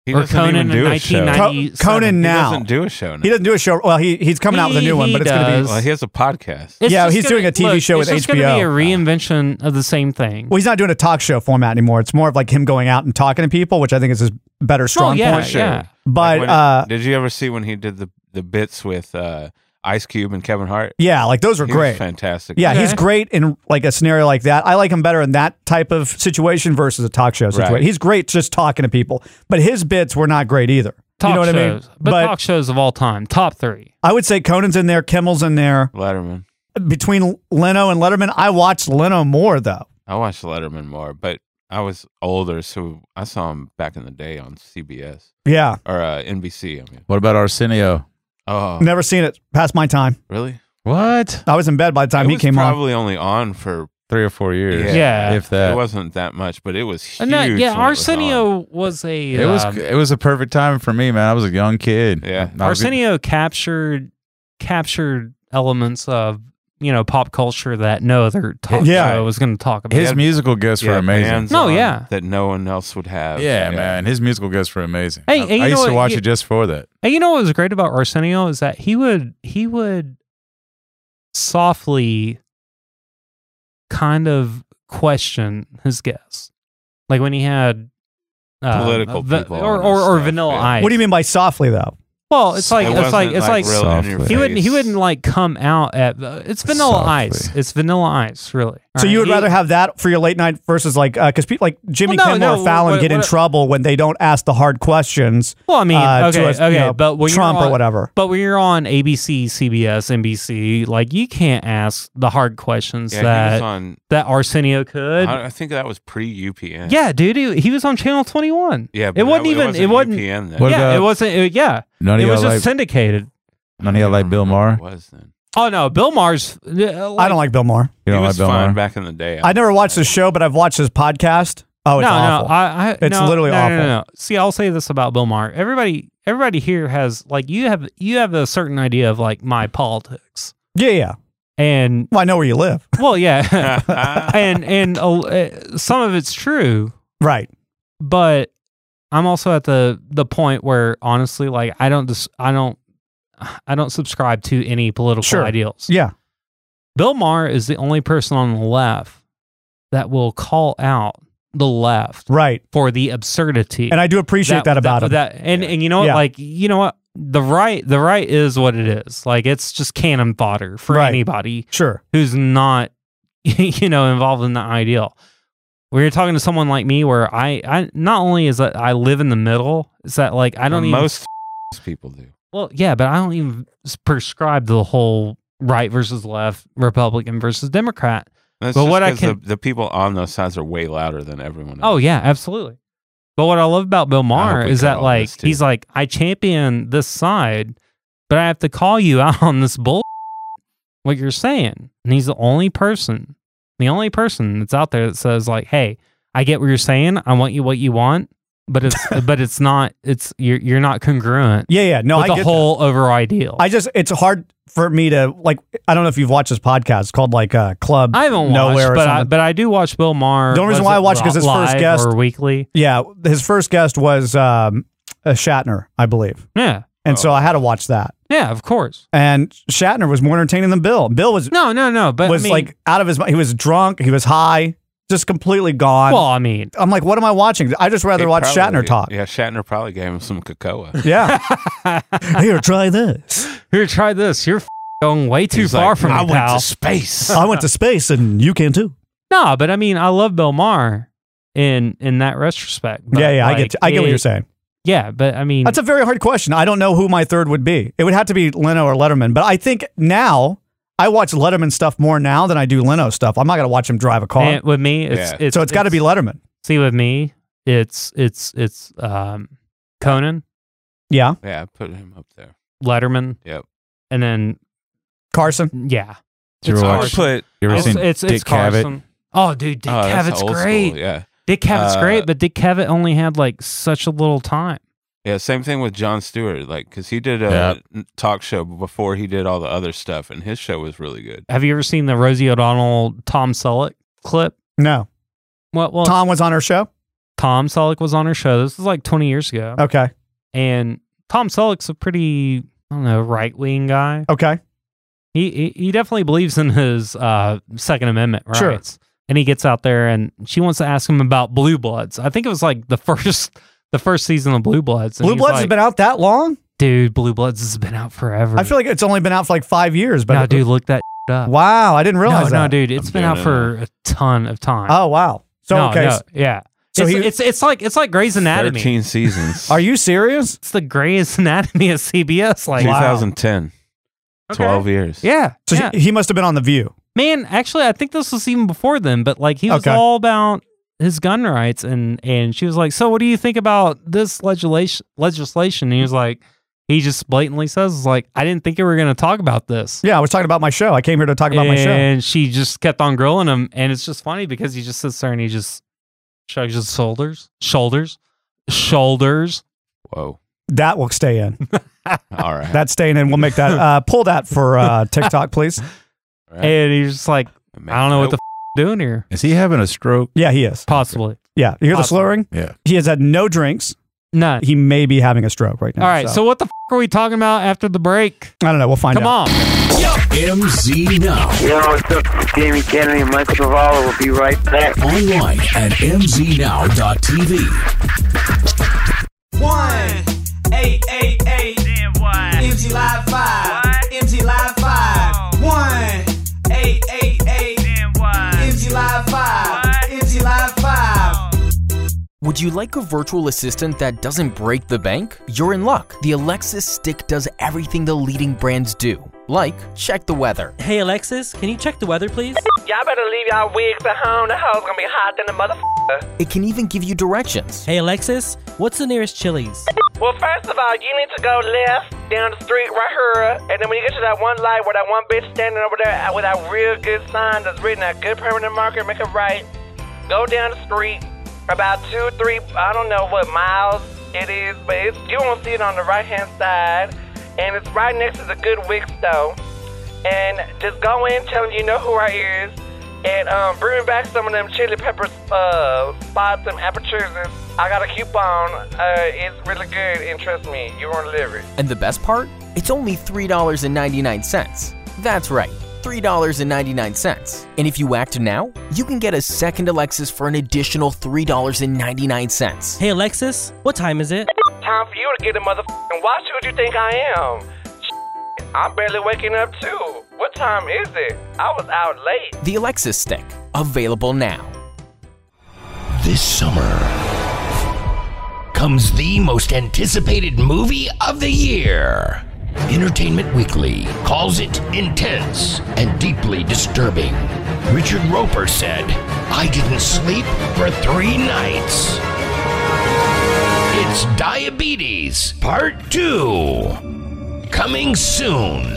Speaker 6: he
Speaker 5: or
Speaker 6: doesn't
Speaker 5: Conan
Speaker 6: even do
Speaker 5: in
Speaker 6: a show.
Speaker 5: 1990.
Speaker 6: He
Speaker 4: Co- Conan
Speaker 5: He
Speaker 4: now.
Speaker 6: doesn't do a show now.
Speaker 4: He doesn't do a show. Well, he he's coming out with a
Speaker 5: He-
Speaker 4: new one,
Speaker 5: he
Speaker 4: but it's going to
Speaker 5: does.
Speaker 4: be.
Speaker 6: well, he has a podcast.
Speaker 5: It's
Speaker 4: Yeah,
Speaker 5: just
Speaker 4: he's
Speaker 5: gonna-
Speaker 4: doing a TV
Speaker 5: look,
Speaker 4: show
Speaker 5: it's
Speaker 4: with
Speaker 5: just gonna be a
Speaker 4: HBO.
Speaker 5: reinvention of the same thing.
Speaker 4: Well, he's not doing a talk show format anymore. It's more of like him going out and talking to people, which I think is his better strong
Speaker 5: oh, yeah,
Speaker 4: point.
Speaker 6: sure.
Speaker 5: yeah.
Speaker 4: But
Speaker 6: Like when-
Speaker 4: uh,
Speaker 6: did you ever see when he did the the bits with uh, Ice Cube and Kevin Hart?
Speaker 4: yeah, like those were
Speaker 6: He was
Speaker 4: great.
Speaker 6: fantastic.
Speaker 4: Yeah,
Speaker 5: Okay.
Speaker 4: he's great in like a scenario like that. I like him better in that type of situation versus a talk show situation.
Speaker 6: Right.
Speaker 4: He's great just talking to people, but his bits were not great either.
Speaker 5: Talk
Speaker 4: you know what I mean?
Speaker 5: shows, but, talk shows of all time, top three.
Speaker 4: I would say Conan's in there, Kimmel's in there.
Speaker 6: Letterman.
Speaker 4: Between Leno and Letterman, I watched Leno more though.
Speaker 6: I watched Letterman more, but I was older, so I saw him back in the day on CBS
Speaker 4: Yeah,
Speaker 6: or uh, NBC. I mean,
Speaker 7: What about Arsenio?
Speaker 6: oh,
Speaker 4: never seen it past my time.
Speaker 6: really?
Speaker 7: What?
Speaker 4: I was in bed by the time
Speaker 6: it
Speaker 4: he
Speaker 6: was
Speaker 4: came on.
Speaker 6: probably only on for
Speaker 7: Three or four years.
Speaker 6: Yeah.
Speaker 5: Yeah.
Speaker 7: If that.
Speaker 6: it wasn't that much, but it was huge.
Speaker 5: And that- Uh, yeah,
Speaker 6: when it was on.
Speaker 5: Arsenio was a.
Speaker 7: It was
Speaker 5: um,
Speaker 7: it was a perfect time for me, man. I was a young kid.
Speaker 6: Yeah.
Speaker 7: I was-
Speaker 5: Arsenio captured captured elements of you know pop culture that no other talk
Speaker 4: Yeah.
Speaker 5: show was going to talk about.
Speaker 7: His musical guests
Speaker 6: Yeah,
Speaker 7: were amazing.
Speaker 6: bands
Speaker 5: No,
Speaker 6: on
Speaker 5: yeah.
Speaker 6: that no one else would have.
Speaker 7: Yeah, man, his musical guests were amazing.
Speaker 5: Hey,
Speaker 7: I,
Speaker 5: and you
Speaker 7: I
Speaker 5: know
Speaker 7: used to
Speaker 5: what?
Speaker 7: watch
Speaker 5: You-
Speaker 7: it just for that.
Speaker 5: and you know what was great about Arsenio is that he would he would softly kind of question his guests, like when he had. uh,
Speaker 6: Political
Speaker 5: the-
Speaker 6: people
Speaker 5: or
Speaker 6: on
Speaker 5: or,
Speaker 6: his
Speaker 5: or
Speaker 6: side,
Speaker 5: Vanilla
Speaker 6: yeah.
Speaker 5: Ice.
Speaker 4: What do you mean by softly though?
Speaker 5: Well, it's like
Speaker 6: It
Speaker 5: it's like
Speaker 6: wasn't,
Speaker 5: it's like,
Speaker 6: real in your
Speaker 7: Softly.
Speaker 5: he wouldn't he
Speaker 6: face.
Speaker 5: wouldn't like come out at uh, it's Vanilla
Speaker 7: Softly.
Speaker 5: Ice. It's Vanilla Ice, really.
Speaker 4: So
Speaker 5: Alright,
Speaker 4: you would
Speaker 5: he-
Speaker 4: rather have that for your late night versus like because people like Jimmy
Speaker 5: Well, no,
Speaker 4: Kimmel
Speaker 5: no,
Speaker 4: or Fallon
Speaker 5: what-
Speaker 4: get in
Speaker 5: what-
Speaker 4: trouble when they don't ask the hard questions.
Speaker 5: Well, I mean,
Speaker 4: uh,
Speaker 5: okay,
Speaker 4: to a-
Speaker 5: okay,
Speaker 4: you know,
Speaker 5: but when
Speaker 4: Trump
Speaker 5: you're on,
Speaker 4: or whatever.
Speaker 5: But when you're on ABC, CBS, NBC, like you can't ask the hard questions
Speaker 6: Yeah, he was
Speaker 5: that
Speaker 6: on.
Speaker 5: that Arsenio could.
Speaker 6: I, I think that was pre UPN.
Speaker 5: yeah, dude, he, he was on Channel 21.
Speaker 6: yeah.
Speaker 5: it
Speaker 6: that-
Speaker 5: wasn't even. It wasn't.
Speaker 6: UPN then.
Speaker 7: What
Speaker 5: yeah, it
Speaker 7: about-
Speaker 5: wasn't. It, yeah,
Speaker 7: None
Speaker 5: it
Speaker 7: of
Speaker 5: was
Speaker 7: y'all
Speaker 5: just
Speaker 7: like
Speaker 5: syndicated.
Speaker 7: none of y'all like Bill Maher.
Speaker 6: It was then.
Speaker 5: Oh no, Bill Maher's. uh, like-
Speaker 4: I don't like Bill Moore.
Speaker 6: he
Speaker 7: You don't like
Speaker 6: was
Speaker 7: Bill
Speaker 6: fine
Speaker 7: Maher?
Speaker 6: back in the day.
Speaker 4: I never watched his show, but I've watched his podcast. Oh, it's
Speaker 5: no,
Speaker 4: awful.
Speaker 5: no, I, I,
Speaker 4: It's
Speaker 5: no,
Speaker 4: literally
Speaker 5: no, No,
Speaker 4: awful.
Speaker 5: no, no. See, I'll say this about Bill Maher. Everybody, everybody here has like you have you have a certain idea of like my politics,
Speaker 4: yeah, yeah.
Speaker 5: and
Speaker 4: Well, I know where you live.
Speaker 5: well, yeah,
Speaker 6: I,
Speaker 5: and and uh, uh, some of it's true,
Speaker 4: Right.
Speaker 5: but I'm also at the the point where honestly, like I don't dis- I don't I don't subscribe to any political
Speaker 4: Sure.
Speaker 5: ideals.
Speaker 4: Yeah.
Speaker 5: Bill Maher is the only person on the left that will call out the left
Speaker 4: Right.
Speaker 5: for the absurdity.
Speaker 4: And I do appreciate that, about him.
Speaker 5: that, and and you know what,
Speaker 4: Yeah.
Speaker 5: like you know what, the right the right is what it is. Like it's just cannon fodder for
Speaker 4: Right.
Speaker 5: anybody
Speaker 4: Sure.
Speaker 5: who's not you know involved in the ideal. When you're talking to someone like me, where I I not only is that I live in the middle, is that like I don't even
Speaker 6: most people do.
Speaker 5: well yeah, but I don't even s- prescribe to the whole right versus left, Republican versus Democrat.
Speaker 6: That's
Speaker 5: But
Speaker 6: just
Speaker 5: what I
Speaker 6: 'cause
Speaker 5: can-
Speaker 6: the, the people on those sides are way louder than everyone.
Speaker 5: Oh
Speaker 6: else.
Speaker 5: yeah, absolutely. But what I love about Bill Maher
Speaker 6: we
Speaker 5: is
Speaker 6: cut
Speaker 5: that
Speaker 6: all
Speaker 5: like
Speaker 6: this, too.
Speaker 5: he's like I champion this side, but I have to call you out on this bull what you're saying. And he's the only person, the only person that's out there that says like, "Hey, I get what you're saying. I want you what you want, but it's but it's not it's you're you're not congruent
Speaker 4: Yeah, yeah. No,
Speaker 5: with
Speaker 4: I
Speaker 5: the
Speaker 4: get
Speaker 5: whole over ideal."
Speaker 4: that. I just it's hard for me to like. I don't know if you've watched this podcast It's called like uh, Club.
Speaker 5: I haven't
Speaker 4: Nowhere
Speaker 5: watched,
Speaker 4: or
Speaker 5: but I,
Speaker 4: something.
Speaker 5: but I do watch Bill Maher.
Speaker 4: The only reason
Speaker 5: was
Speaker 4: why I
Speaker 5: it
Speaker 4: watch it 'cause his first
Speaker 5: live
Speaker 4: guest-
Speaker 5: or weekly.
Speaker 4: yeah, his first guest was um, uh, Shatner, I believe,
Speaker 5: Yeah,
Speaker 4: And so I had to watch that.
Speaker 5: Yeah, of course.
Speaker 4: And Shatner was more entertaining than Bill. Bill was
Speaker 5: No, no, no. But I
Speaker 4: was
Speaker 5: mean-
Speaker 4: like out of his mind. He was drunk. He was high, just completely gone.
Speaker 5: well, I mean,
Speaker 4: I'm like, what am I watching? I just rather
Speaker 6: He
Speaker 4: watch
Speaker 6: probably-
Speaker 4: Shatner talk.
Speaker 6: Yeah, Shatner probably gave him some cocoa.
Speaker 4: Yeah. Here, try this.
Speaker 5: here, try this. You're f- going way too
Speaker 6: He's
Speaker 5: far
Speaker 6: like,
Speaker 5: from
Speaker 6: I
Speaker 5: it,
Speaker 6: went
Speaker 5: pal.
Speaker 6: to space.
Speaker 4: I went to space and you can too.
Speaker 5: No, but I mean, I love Bill Maher in in that retrospect. but,
Speaker 4: yeah, yeah, I
Speaker 5: like,
Speaker 4: get, I get what
Speaker 5: it-
Speaker 4: you're saying.
Speaker 5: Yeah, but I mean,
Speaker 4: That's a very hard question. I don't know who my third would be. It would have to be Leno or Letterman. But I think now I watch Letterman stuff more now than I do Leno stuff. I'm not going to watch him drive a car.
Speaker 5: and with me, it's,
Speaker 6: Yeah.
Speaker 5: it's
Speaker 4: so it's got to be Letterman.
Speaker 5: See, with me, it's it's it's um Conan
Speaker 4: Yeah.
Speaker 6: yeah, put him up there.
Speaker 5: Letterman.
Speaker 6: Yep.
Speaker 5: and then
Speaker 4: Carson.
Speaker 5: yeah,
Speaker 7: Did you
Speaker 5: It's
Speaker 7: ever
Speaker 6: I
Speaker 7: watch-
Speaker 6: would
Speaker 5: Carson.
Speaker 6: put
Speaker 7: you ever
Speaker 5: it's
Speaker 7: seen
Speaker 5: it's,
Speaker 7: Dick
Speaker 5: it's
Speaker 7: Cavett?
Speaker 5: Carson. Oh, dude, Dick
Speaker 6: oh, that's
Speaker 5: Cavit's
Speaker 6: old school,
Speaker 5: great.
Speaker 6: Yeah,
Speaker 5: Dick Cavit's
Speaker 6: Uh,
Speaker 5: great, but Dick Cavett only had like such a little time.
Speaker 6: yeah. Same thing with John Stewart, like because he did a
Speaker 7: Yeah.
Speaker 6: n- talk show before he did all the other stuff, and his show was really good.
Speaker 5: Have you ever seen the Rosie O'Donnell Tom Selleck clip?
Speaker 4: No.
Speaker 5: Well, well, Tom,
Speaker 4: Tom was on her show.
Speaker 5: Tom Selleck was on her show. This was like 20 years ago.
Speaker 4: Okay.
Speaker 5: and Tom Selleck's a pretty I don't know right wing guy.
Speaker 4: Okay.
Speaker 5: He, he he definitely believes in his uh, Second Amendment rights.
Speaker 4: Sure.
Speaker 5: And he gets out there and she wants to ask him about Blue Bloods. I think it was like the first the first season of Blue Bloods.
Speaker 4: Blue Bloods has been out that long?
Speaker 5: dude. Blue Bloods has been out forever.
Speaker 4: I feel like it's only been out for like five years. But
Speaker 5: no, dude. Look that up.
Speaker 4: Wow. I didn't
Speaker 5: no,
Speaker 4: realize
Speaker 5: no,
Speaker 4: that.
Speaker 5: dude. It's
Speaker 6: I'm
Speaker 5: been
Speaker 6: doing
Speaker 5: out
Speaker 6: it
Speaker 5: for a ton of time.
Speaker 4: Oh, wow. So,
Speaker 5: no,
Speaker 4: okay.
Speaker 5: no, yeah.
Speaker 4: So
Speaker 5: it's,
Speaker 4: he-
Speaker 5: it's it's like it's like Grey's Anatomy.
Speaker 6: Thirteen seasons.
Speaker 4: Are you serious?
Speaker 5: It's the Grey's Anatomy of CBS. Like
Speaker 6: 2010.
Speaker 5: Okay.
Speaker 6: 12 years.
Speaker 5: Yeah.
Speaker 4: So
Speaker 5: yeah.
Speaker 4: he, he must have been on The View.
Speaker 5: Man, actually, I think this was even before then, but like he was
Speaker 4: Okay.
Speaker 5: all about his gun rights, and and she was like, "So, what do you think about this legislation?" Legislation, and he was like, he just blatantly says, "Is like I didn't think you were going to talk about this."
Speaker 4: Yeah. I was talking about my show. I came here to talk about my show.
Speaker 5: and she just kept on grilling him, and it's just funny because he just sits there and he just shrugs his shoulders, shoulders, shoulders.
Speaker 6: Whoa.
Speaker 4: That will stay in.
Speaker 6: All right.
Speaker 4: That's staying in. We'll make that. Uh, pull that for uh, TikTok, please.
Speaker 6: Right.
Speaker 5: And he's just like, "I don't know what the f- doing here."
Speaker 7: Is he having a stroke?
Speaker 4: Yeah, he is.
Speaker 5: Possibly
Speaker 4: Yeah. You hear the
Speaker 5: Awesome.
Speaker 4: slurring?
Speaker 7: Yeah.
Speaker 4: He has had no drinks.
Speaker 5: none.
Speaker 4: He may be having a stroke right now.
Speaker 5: All right, so. what the f- are we talking about after the break?
Speaker 4: I don't know. We'll find
Speaker 5: Come
Speaker 4: out.
Speaker 5: on.
Speaker 1: MZ Now.
Speaker 2: You know what's up? It's Jamie Kennedy and Michael Zavala will be right back.
Speaker 1: Online at mznow.tv.
Speaker 8: One, eight, eight, eight. Then one. MG Live Five. MG Live Five. One, eight, eight, eight. Then one. MG Live Five. MG Live Five.
Speaker 9: Would you like a virtual assistant that doesn't break the bank? You're in luck. The Alexa stick does everything the leading brands do, like check the weather,
Speaker 10: Hey Alexis, can you check the weather, please?
Speaker 8: Y'all better leave y'all wigs at home. The house gonna be hot than the motherfucker.
Speaker 9: it can even give you directions.
Speaker 10: Hey Alexis, what's the nearest Chili's?
Speaker 8: Well, first of all, you need to go left down the street right here, and then when you get to that one light where that one bitch standing over there with that real good sign that's written a good permanent marker, make it right. Go down the street about two, three, I don't know what miles it is, but it's, you won't see it on the right hand side, and it's right next to the Good Wick store. And just go in, tell them you know who I is, and um, bring me back some of them chili peppers, uh, spots and apertures. I got a coupon. Uh, it's really good, and trust me, you won't live it.
Speaker 9: And the best part? It's only $3.99. That's right, $3.99. And if you act now, you can get a second Alexis for an additional $3.99.
Speaker 10: Hey Alexis, what time is it?
Speaker 8: Time for you to get a motherfucking watch. Who do you think I am? I'm barely waking up too. What time is it? I was out late.
Speaker 9: The Alexis stick, available now.
Speaker 1: This summer comes the most anticipated movie of the year. Entertainment Weekly calls it intense and deeply disturbing. Richard Roper said, I didn't sleep for three nights. It's Diabetes Part 2. Coming soon.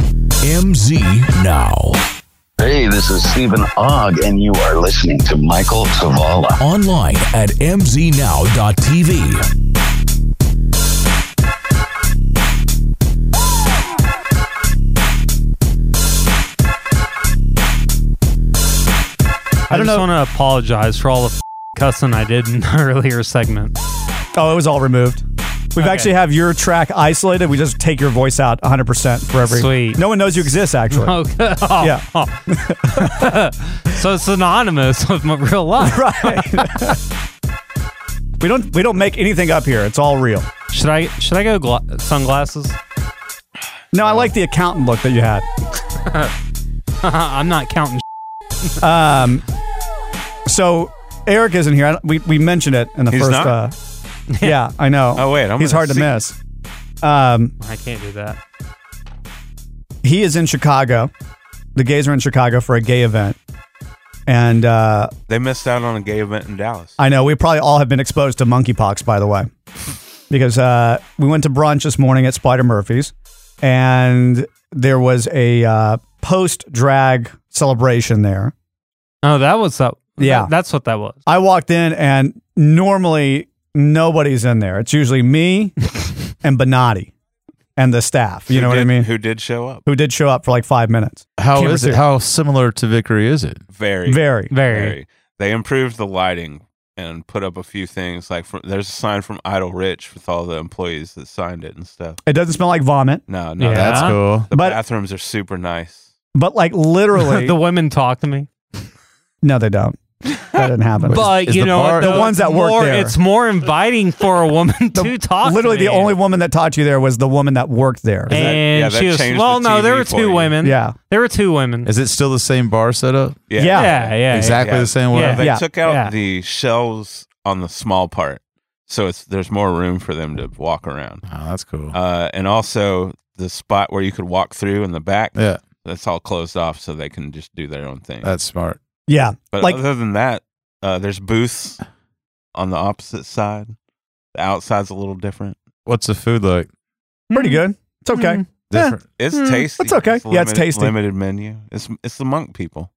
Speaker 1: MZ Now.
Speaker 11: Hey, this is Stephen Ogg, and you are listening to Michael Zavala.
Speaker 1: Online at mznow.tv.
Speaker 5: I just want to apologize for all the cussing I did in the earlier segment.
Speaker 4: Oh, it was all removed. We've
Speaker 5: Okay.
Speaker 4: actually have your track isolated. We just take your voice out 100% for every.
Speaker 5: Sweet.
Speaker 4: No one knows you exist, actually.
Speaker 5: Okay. Oh,
Speaker 4: Yeah.
Speaker 5: oh. so it's synonymous with my real life.
Speaker 4: We don't we don't make anything up here. It's all real.
Speaker 5: Should I should I go gla- sunglasses?
Speaker 4: No, I like the accountant look that you had.
Speaker 5: I'm not counting.
Speaker 4: Um, so Eric isn't here. I don't- we we mentioned it in the
Speaker 6: He's
Speaker 4: first.
Speaker 6: not?
Speaker 4: Uh, yeah, I know.
Speaker 6: Oh, wait, I'm
Speaker 4: he's hard
Speaker 6: gonna
Speaker 4: to miss. Um,
Speaker 5: I can't do that.
Speaker 4: he is in Chicago. The gays are in Chicago for a gay event, and uh,
Speaker 6: They missed out on a gay event in Dallas.
Speaker 4: I know we probably all have been exposed to monkeypox, by the way, because uh, we went to brunch this morning at Spider Murphy's, and there was a uh, post drag celebration there.
Speaker 5: Oh, that was that.
Speaker 4: Yeah.
Speaker 5: that- that's what that was.
Speaker 4: I walked in and normally nobody's in there. It's usually me and Benatti and the staff. You
Speaker 6: Who
Speaker 4: know what I
Speaker 6: did-
Speaker 4: mean?
Speaker 6: Who did show up?
Speaker 4: Who did show up for like five minutes?
Speaker 7: How
Speaker 4: Camera
Speaker 7: is it?
Speaker 4: two.
Speaker 7: How similar to Vickery is it?
Speaker 6: Very,
Speaker 4: Very.
Speaker 5: Very.
Speaker 6: very. They improved the lighting and put up a few things. Like from, there's a sign from Idle Rich with all the employees that signed it and stuff.
Speaker 4: It doesn't smell like vomit,
Speaker 6: No, no,
Speaker 5: Yeah.
Speaker 7: That's cool.
Speaker 6: the
Speaker 4: But-
Speaker 6: bathrooms are super nice.
Speaker 4: but like literally,
Speaker 5: the women talk to me,
Speaker 4: no, they don't. That didn't happen.
Speaker 5: but
Speaker 7: is
Speaker 5: you
Speaker 7: the
Speaker 5: know
Speaker 7: bar-
Speaker 5: what,
Speaker 7: The
Speaker 5: though?
Speaker 4: ones
Speaker 5: It's
Speaker 4: that work
Speaker 5: more,
Speaker 4: there.
Speaker 5: It's more inviting for a woman to talk. to
Speaker 4: literally, the
Speaker 5: me.
Speaker 4: only woman that taught you there was the woman that worked there.
Speaker 6: that-
Speaker 5: And
Speaker 6: yeah, that
Speaker 5: she was
Speaker 6: changed
Speaker 5: well.
Speaker 6: the
Speaker 5: No, there
Speaker 6: TV
Speaker 5: were
Speaker 6: for
Speaker 5: two
Speaker 6: you.
Speaker 5: women.
Speaker 4: yeah,
Speaker 5: there were two women.
Speaker 7: Is it still the same bar setup?
Speaker 4: Yeah.
Speaker 5: yeah, yeah,
Speaker 7: exactly
Speaker 6: yeah.
Speaker 7: the same way.
Speaker 5: Yeah.
Speaker 6: They
Speaker 4: Yeah.
Speaker 6: took out
Speaker 5: Yeah.
Speaker 6: the shelves on the small part, so it's there's more room for them to walk around.
Speaker 7: Oh, that's cool.
Speaker 6: Uh, and also the spot where you could walk through in the back.
Speaker 7: yeah,
Speaker 6: That's all closed off, so they can just do their own thing.
Speaker 7: that's smart.
Speaker 4: yeah.
Speaker 6: But
Speaker 4: Like-
Speaker 6: other than that, uh, there's booths on the opposite side. The outside's a little different.
Speaker 7: What's the food
Speaker 5: Eh.
Speaker 7: like?
Speaker 4: Pretty
Speaker 5: Hmm.
Speaker 4: good. It's okay.
Speaker 7: Different.
Speaker 6: It's
Speaker 4: Mm,
Speaker 6: tasty.
Speaker 4: it's okay.
Speaker 6: a
Speaker 4: Yeah, it's tasty.
Speaker 6: Limited menu. It's it's the monk people.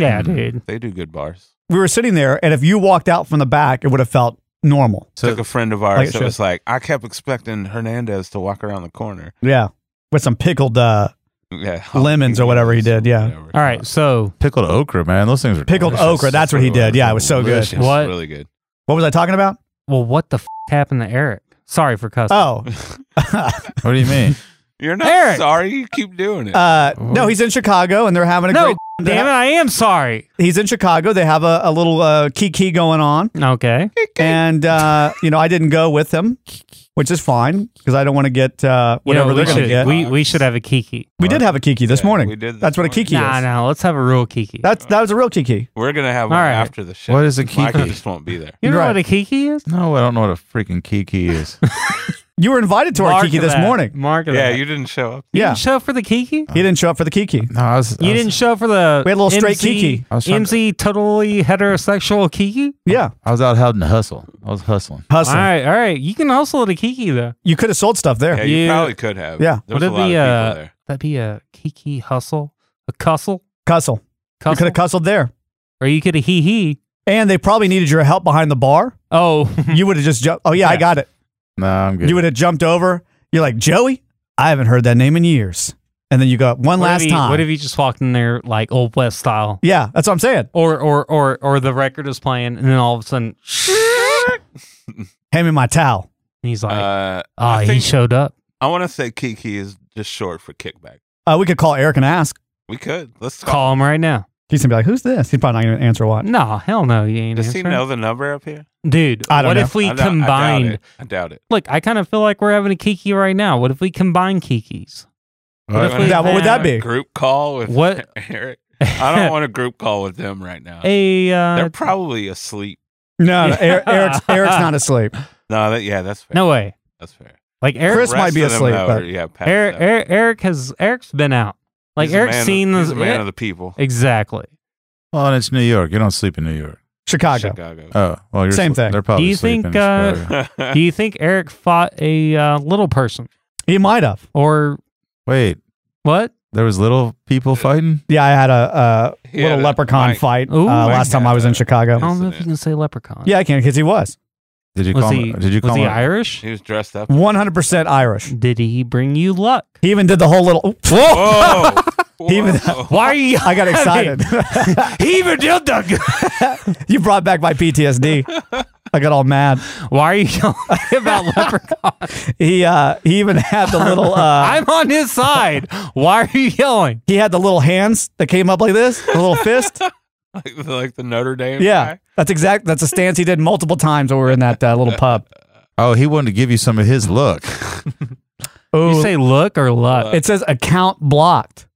Speaker 6: Mm-hmm.
Speaker 5: Yeah,
Speaker 7: Mm.
Speaker 5: dude.
Speaker 6: They do good bars.
Speaker 4: We were sitting there, and if you walked out from the back, it would have felt normal.
Speaker 6: Took a friend of
Speaker 4: Like it
Speaker 6: ours that
Speaker 4: should.
Speaker 6: was like, I kept expecting Hernandez to walk around the corner.
Speaker 4: Yeah, with some pickled uh,
Speaker 6: Yeah,
Speaker 4: Lemons or whatever he
Speaker 6: jalapenos or
Speaker 4: did, yeah.
Speaker 6: whatever.
Speaker 5: All right, so
Speaker 7: pickled okra, man. Those things are
Speaker 4: Pickled
Speaker 7: delicious.
Speaker 4: okra, that's what he did. Yeah, it was so good.
Speaker 6: Delicious.
Speaker 5: What?
Speaker 6: Really good.
Speaker 4: what was I talking about?
Speaker 5: well, what the f- happened to Eric? Sorry for cussing.
Speaker 4: Oh,
Speaker 7: What do you mean?
Speaker 6: You're not
Speaker 5: Eric!
Speaker 6: sorry. You keep doing it.
Speaker 4: Uh, no, he's in Chicago, and they're having a
Speaker 5: no,
Speaker 4: great.
Speaker 5: damn it, I am sorry.
Speaker 4: He's in Chicago. They have a, a little uh, kiki going on,
Speaker 5: Okay,
Speaker 4: and uh, you know I didn't go with him, which is fine because I don't want to get uh, whatever
Speaker 5: You know,
Speaker 4: they're going
Speaker 5: we
Speaker 4: to
Speaker 5: should,
Speaker 4: get. We,
Speaker 5: We we should have a kiki.
Speaker 4: did have a kiki this
Speaker 6: Yeah,
Speaker 4: morning.
Speaker 6: we did this
Speaker 4: That's what a
Speaker 6: morning.
Speaker 4: kiki
Speaker 5: Nah,
Speaker 4: is.
Speaker 5: nah, let's have a real kiki.
Speaker 4: That's that was a real kiki.
Speaker 6: We're gonna have
Speaker 5: All
Speaker 6: one
Speaker 5: right.
Speaker 6: after the show.
Speaker 7: What is a
Speaker 6: Michael
Speaker 7: kiki?
Speaker 6: just won't be there.
Speaker 5: you know
Speaker 4: Right.
Speaker 5: what a kiki is?
Speaker 7: No, I don't know what a freaking kiki is.
Speaker 4: You were invited to our
Speaker 5: Mark
Speaker 4: kiki this
Speaker 5: that.
Speaker 4: morning.
Speaker 5: Mark
Speaker 6: Yeah,
Speaker 5: that.
Speaker 6: you didn't show up.
Speaker 5: You
Speaker 4: yeah,
Speaker 5: didn't show up for the kiki.
Speaker 4: he didn't show up for the kiki.
Speaker 7: No, I was. I
Speaker 5: You
Speaker 7: was-
Speaker 5: didn't show up for the
Speaker 4: We had a little straight
Speaker 5: MC
Speaker 4: kiki.
Speaker 7: I was trying to-
Speaker 5: MC totally heterosexual kiki.
Speaker 4: Yeah,
Speaker 7: I was out having to hustle. I was hustling.
Speaker 4: hustling.
Speaker 5: All right, all right. You can hustle at a kiki though.
Speaker 4: You could have sold stuff there.
Speaker 6: Yeah, you
Speaker 5: Yeah.
Speaker 6: probably could have.
Speaker 4: Yeah.
Speaker 6: there was a
Speaker 5: Would it
Speaker 6: lot
Speaker 5: be,
Speaker 6: of
Speaker 5: uh,
Speaker 6: people there.
Speaker 5: That'd be a kiki hustle, a cussle,
Speaker 4: Cussle. You could
Speaker 5: cussle,
Speaker 4: have cussed there,
Speaker 5: or you could have hee hee.
Speaker 4: and they probably needed your help behind the bar.
Speaker 5: Oh,
Speaker 4: You would have just jumped. Oh yeah, I
Speaker 5: Yeah.
Speaker 4: got it.
Speaker 7: No, I'm good.
Speaker 4: You would have jumped over. You're like, Joey, I haven't heard that name in years. And then you go, one
Speaker 5: What if
Speaker 4: last
Speaker 5: he-
Speaker 4: time.
Speaker 5: What if you just walked in there like old west style,
Speaker 4: yeah, that's what I'm saying.
Speaker 5: or or or or the record is playing, and then all of a sudden,
Speaker 4: Hand me my towel.
Speaker 5: and he's uh, like,
Speaker 6: Uh,
Speaker 5: "Ah,
Speaker 6: I
Speaker 5: he
Speaker 6: think-
Speaker 5: showed up."
Speaker 6: I want to say Kiki is just short for kickback.
Speaker 4: Uh, we could call Eric and ask.
Speaker 6: We could. Let's call.
Speaker 5: Call him right now.
Speaker 4: He's going to be like, who's this? He's probably not going to answer what.
Speaker 5: No, hell no, you ain't
Speaker 6: Does he
Speaker 5: answering.
Speaker 6: know the number up here?
Speaker 5: Dude,
Speaker 4: I don't
Speaker 5: what
Speaker 4: know.
Speaker 5: if we
Speaker 6: I doubt- I doubt
Speaker 5: combined?
Speaker 6: it. I doubt it.
Speaker 5: Look, I kind of feel like we're having a kiki right now. What if we combine kikis?
Speaker 7: What
Speaker 5: if we
Speaker 4: Now, what would that
Speaker 5: have
Speaker 4: be?
Speaker 6: Group call with
Speaker 5: What?
Speaker 6: Eric. I don't want a group call with them right now.
Speaker 5: A
Speaker 6: They're
Speaker 5: uh,
Speaker 6: probably asleep.
Speaker 4: No, no Eric, Eric's, Eric's not asleep.
Speaker 6: No, that, yeah, that's fair.
Speaker 5: no way.
Speaker 6: that's fair.
Speaker 5: Like Eric,
Speaker 4: Chris
Speaker 6: Rest
Speaker 4: might be
Speaker 6: of them,
Speaker 4: asleep,
Speaker 6: though,
Speaker 4: but-
Speaker 6: are- yeah, passed
Speaker 5: Eric,
Speaker 6: out.
Speaker 5: Eric, Eric has Eric's been out. Like
Speaker 6: He's a
Speaker 5: Eric's
Speaker 6: man of-
Speaker 5: seen
Speaker 6: he's
Speaker 5: this.
Speaker 6: a man of the people.
Speaker 5: exactly.
Speaker 7: Well, and it's New York. You don't sleep in New York.
Speaker 4: Chicago.
Speaker 6: Chicago.
Speaker 7: Oh, well, you're
Speaker 4: Same
Speaker 7: sl-
Speaker 4: thing.
Speaker 7: They're probably.
Speaker 5: Do you
Speaker 7: sleeping
Speaker 5: think,
Speaker 7: in
Speaker 5: uh,
Speaker 7: Chicago.
Speaker 5: Do you think Eric fought a uh, little person
Speaker 4: He might have.
Speaker 5: or
Speaker 7: Wait,
Speaker 5: what?
Speaker 7: there was little people fighting.
Speaker 4: Yeah, I had a, uh
Speaker 6: He
Speaker 4: little
Speaker 6: had a-
Speaker 4: leprechaun
Speaker 6: Mike-
Speaker 4: fight uh,
Speaker 5: Ooh.
Speaker 4: last time I was in
Speaker 5: I
Speaker 4: Chicago.
Speaker 5: don't know if you
Speaker 6: Incident.
Speaker 5: can say leprechaun.
Speaker 4: Yeah, I can because he was
Speaker 7: Did you
Speaker 5: Was
Speaker 7: call?
Speaker 5: he?
Speaker 7: him, did you call?
Speaker 5: was he
Speaker 7: him-
Speaker 5: Irish?
Speaker 6: He was dressed up.
Speaker 4: 100% Irish.
Speaker 5: Did he bring you luck?
Speaker 4: He even did the whole little.
Speaker 6: Oh! Whoa!
Speaker 4: He even,
Speaker 5: Why are you?
Speaker 4: I got excited.
Speaker 5: he even did that.
Speaker 4: you brought back my PTSD. I got all mad.
Speaker 5: Why are you yelling about leprechauns?
Speaker 4: He uh, he even had the little uh,
Speaker 5: I'm on his side. Why are you yelling?
Speaker 4: he had the little hands that came up like this, the little fist.
Speaker 6: like, the- like the Notre Dame.
Speaker 4: Yeah,
Speaker 6: guy?
Speaker 4: that's exact. That's a stance he did multiple times when we were in that uh, little pub.
Speaker 7: Oh, he wanted to give you some of his look.
Speaker 4: Oh,
Speaker 5: You say look or luck?
Speaker 4: it says account blocked.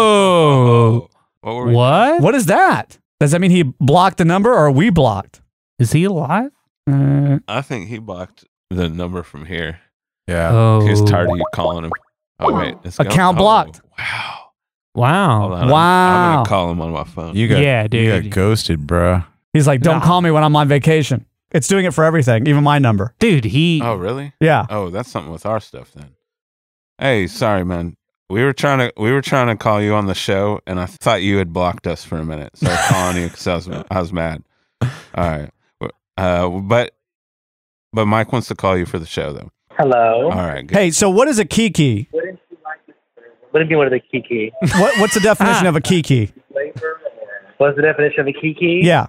Speaker 5: Oh.
Speaker 6: What were we?
Speaker 5: What?
Speaker 4: What is that? Does that mean he blocked the number or are we blocked?
Speaker 5: Is he alive? Mm.
Speaker 4: Uh,
Speaker 6: I think he blocked the number from here.
Speaker 7: Yeah.
Speaker 5: Oh.
Speaker 6: He's tired of you calling him. Oh wait, it's gone.
Speaker 4: Account
Speaker 6: Oh,
Speaker 4: blocked.
Speaker 6: Wow. Hold
Speaker 5: Wow.
Speaker 6: on. I'm- I'm,
Speaker 4: Wow.
Speaker 6: gonna call him on my phone.
Speaker 7: You got
Speaker 5: Yeah,
Speaker 7: You
Speaker 5: dude.
Speaker 7: got ghosted, bruh.
Speaker 4: he's like, don't
Speaker 5: Nah.
Speaker 4: call me when I'm on vacation. It's doing it for everything, even my number.
Speaker 5: Dude, he
Speaker 6: oh really?
Speaker 4: Yeah.
Speaker 6: Oh, that's something with our stuff then. Hey, sorry, man. We were trying to we were trying to call you on the show, and I thought you had blocked us for a minute, so I was calling you because I was I was mad. All right, uh, but but Mike wants to call you for the show though.
Speaker 12: Hello.
Speaker 6: All right, good.
Speaker 4: Hey, so what is a kiki?
Speaker 12: Wouldn't you like to Wouldn't be one of the kiki.
Speaker 4: What, what's the definition of a kiki?
Speaker 12: What's the definition of a kiki?
Speaker 4: Yeah.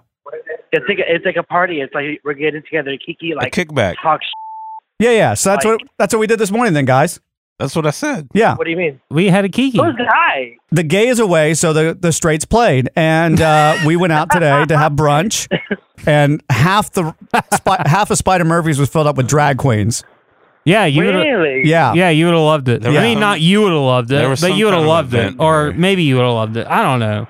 Speaker 12: It's like a, it's like a party. It's like we're getting together to kiki,
Speaker 6: a
Speaker 12: like
Speaker 6: kickback.
Speaker 12: talk. Sh-
Speaker 4: Yeah, yeah. So that's what that's what we did this morning then, guys.
Speaker 6: That's what I said.
Speaker 4: Yeah.
Speaker 12: what do you mean?
Speaker 5: we had a kiki.
Speaker 12: Who's the guy?
Speaker 4: The gay is away, so the, the straights played. And uh, we went out today to have brunch and half the spi- half of Spider Murphy's was filled up with drag queens.
Speaker 5: Yeah, you would have
Speaker 12: really?
Speaker 4: Yeah.
Speaker 5: Yeah, you would have loved it.
Speaker 6: There
Speaker 5: I
Speaker 6: was
Speaker 5: mean,
Speaker 6: some-
Speaker 5: not you would have loved
Speaker 6: there
Speaker 5: it,
Speaker 6: was
Speaker 5: but
Speaker 6: some
Speaker 5: you would have
Speaker 6: kind of
Speaker 5: loved it,
Speaker 6: event
Speaker 5: or
Speaker 6: there.
Speaker 5: maybe you would have loved it. I don't know.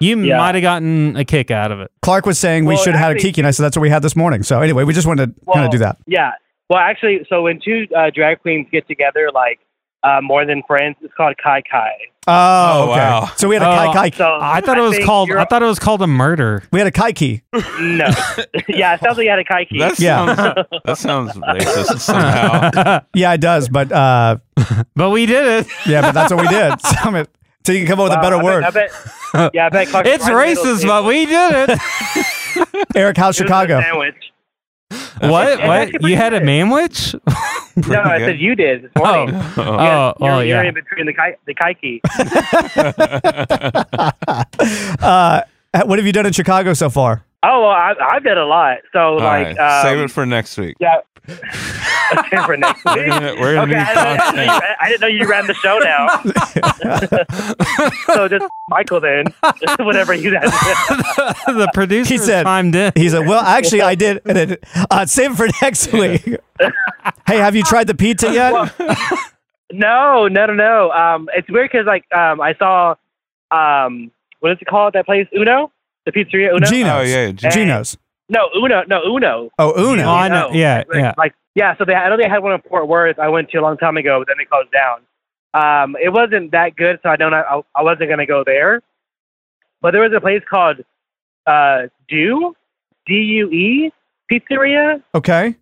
Speaker 5: You
Speaker 12: Yeah.
Speaker 5: might have gotten a kick out of it.
Speaker 4: Clark was saying we
Speaker 12: Well,
Speaker 4: should have had a
Speaker 12: actually-
Speaker 4: kiki, and I said that's what we had this morning. So anyway, we just wanted to kind
Speaker 12: Well,
Speaker 4: of do that.
Speaker 12: Yeah. Well, actually, so when two uh, drag queens get together, like uh, more than friends, it's called kai kai.
Speaker 4: Oh, okay.
Speaker 6: wow.
Speaker 4: So we had a
Speaker 5: Oh,
Speaker 4: kai kai.
Speaker 12: So
Speaker 5: I thought it was
Speaker 12: think
Speaker 5: called.
Speaker 12: you're-
Speaker 5: I thought it was called a murder.
Speaker 4: We had a kaiki.
Speaker 12: no. yeah, it sounds like you had a kai.
Speaker 6: That
Speaker 4: Yeah.
Speaker 6: sounds, that sounds racist somehow.
Speaker 4: Yeah, it does, but uh,
Speaker 5: But we did it.
Speaker 4: yeah, but that's what we did. So, I mean, so you can come up with a better
Speaker 12: I bet-
Speaker 4: word.
Speaker 12: I bet, yeah, I bet Clark's
Speaker 5: It's
Speaker 12: right in the middle
Speaker 5: racist,
Speaker 12: too.
Speaker 5: but we did it.
Speaker 4: Eric, how's
Speaker 12: It was a
Speaker 4: Chicago?
Speaker 12: Sandwich.
Speaker 5: what?
Speaker 12: Yeah,
Speaker 5: What?
Speaker 12: that's pretty
Speaker 5: You had a
Speaker 12: good.
Speaker 5: manwich?
Speaker 12: No, I said you uh, did this morning.
Speaker 5: Oh,
Speaker 6: Oh.
Speaker 5: oh,
Speaker 12: you're,
Speaker 5: oh,
Speaker 12: you're
Speaker 5: yeah.
Speaker 12: in between the kai- the kaiki.
Speaker 4: Uh, what have you done in Chicago so far?
Speaker 12: Oh, well, I, I've done a lot. So
Speaker 6: All
Speaker 12: like,
Speaker 6: right,
Speaker 12: um,
Speaker 6: save it for next week.
Speaker 12: yeah. for next week.
Speaker 6: We're gonna- we're gonna
Speaker 12: okay,
Speaker 6: need
Speaker 12: I, didn't know you,
Speaker 6: content.
Speaker 12: I didn't know you ran the show now. so just Michael then, whatever you that.
Speaker 5: the producer
Speaker 4: He said-
Speaker 5: timed in.
Speaker 4: He said, "Well, actually, I did, and then uh, save it for next week." hey, have you tried the pizza yet?
Speaker 12: No, no, no, no. Um, it's weird because like um, I saw um, what is it called? That place Uno, the pizzeria Uno.
Speaker 4: Gino's.
Speaker 6: Oh yeah, G-
Speaker 4: Gino's.
Speaker 12: No, Uno, no Uno.
Speaker 4: Oh,
Speaker 5: Oh,
Speaker 4: Uno.
Speaker 5: I know. Yeah,
Speaker 12: like,
Speaker 5: yeah.
Speaker 12: Like, yeah. So they, I know they had one in Fort Worth. I went to a long time ago, but then they closed down. Um, it wasn't that good, so I don't. I, I wasn't gonna go there. But there was a place called uh, Do D U E Pizzeria.
Speaker 4: Okay.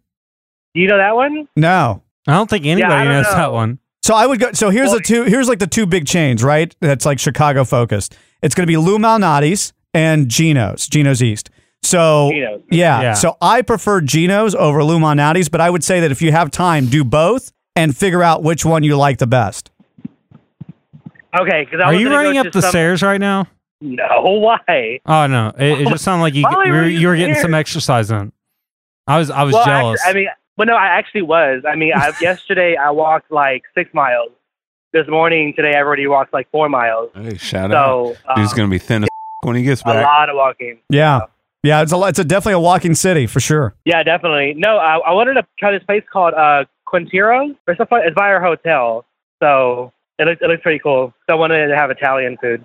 Speaker 12: Do you know that one?
Speaker 4: No.
Speaker 5: I don't think anybody
Speaker 12: I don't
Speaker 5: knows
Speaker 12: know.
Speaker 5: that one.
Speaker 4: So I would go. So here's
Speaker 12: Well,
Speaker 4: the two. Here's like the two big chains, right? That's like Chicago focused. It's going to be Lou Malnati's and Gino's. Gino's East. So
Speaker 12: Gino's.
Speaker 4: Yeah.
Speaker 5: Yeah.
Speaker 4: So I prefer Gino's over Lou Malnati's, but I would say that if you have time, do both and figure out which one you like the best.
Speaker 12: Okay, because I
Speaker 5: Are
Speaker 12: was
Speaker 5: you
Speaker 12: gonna go
Speaker 5: running
Speaker 12: to
Speaker 5: up the
Speaker 12: some-
Speaker 5: stairs right now?
Speaker 12: No, why?
Speaker 5: Oh no! It, it just sounded like you
Speaker 12: Why
Speaker 5: you
Speaker 12: were
Speaker 5: were,
Speaker 12: you
Speaker 5: you were getting
Speaker 12: scared?
Speaker 5: some exercise in. I was I was
Speaker 12: well,
Speaker 5: jealous.
Speaker 12: Actually, I mean, well, no, I actually was. I mean, I, yesterday I walked like six miles. This morning, today, I've already walked like four miles.
Speaker 6: Hey, shout out.
Speaker 12: So um,
Speaker 6: He's gonna be thin as when he gets
Speaker 12: a
Speaker 6: back.
Speaker 12: lot of walking.
Speaker 4: Yeah. Yeah. It's a. lo- It's a definitely a walking city for sure.
Speaker 12: Yeah, definitely. No, I, I wanted to try this place called uh, Quintero or something. It's by our hotel, so it looks it looks pretty cool. So I wanted to have Italian food.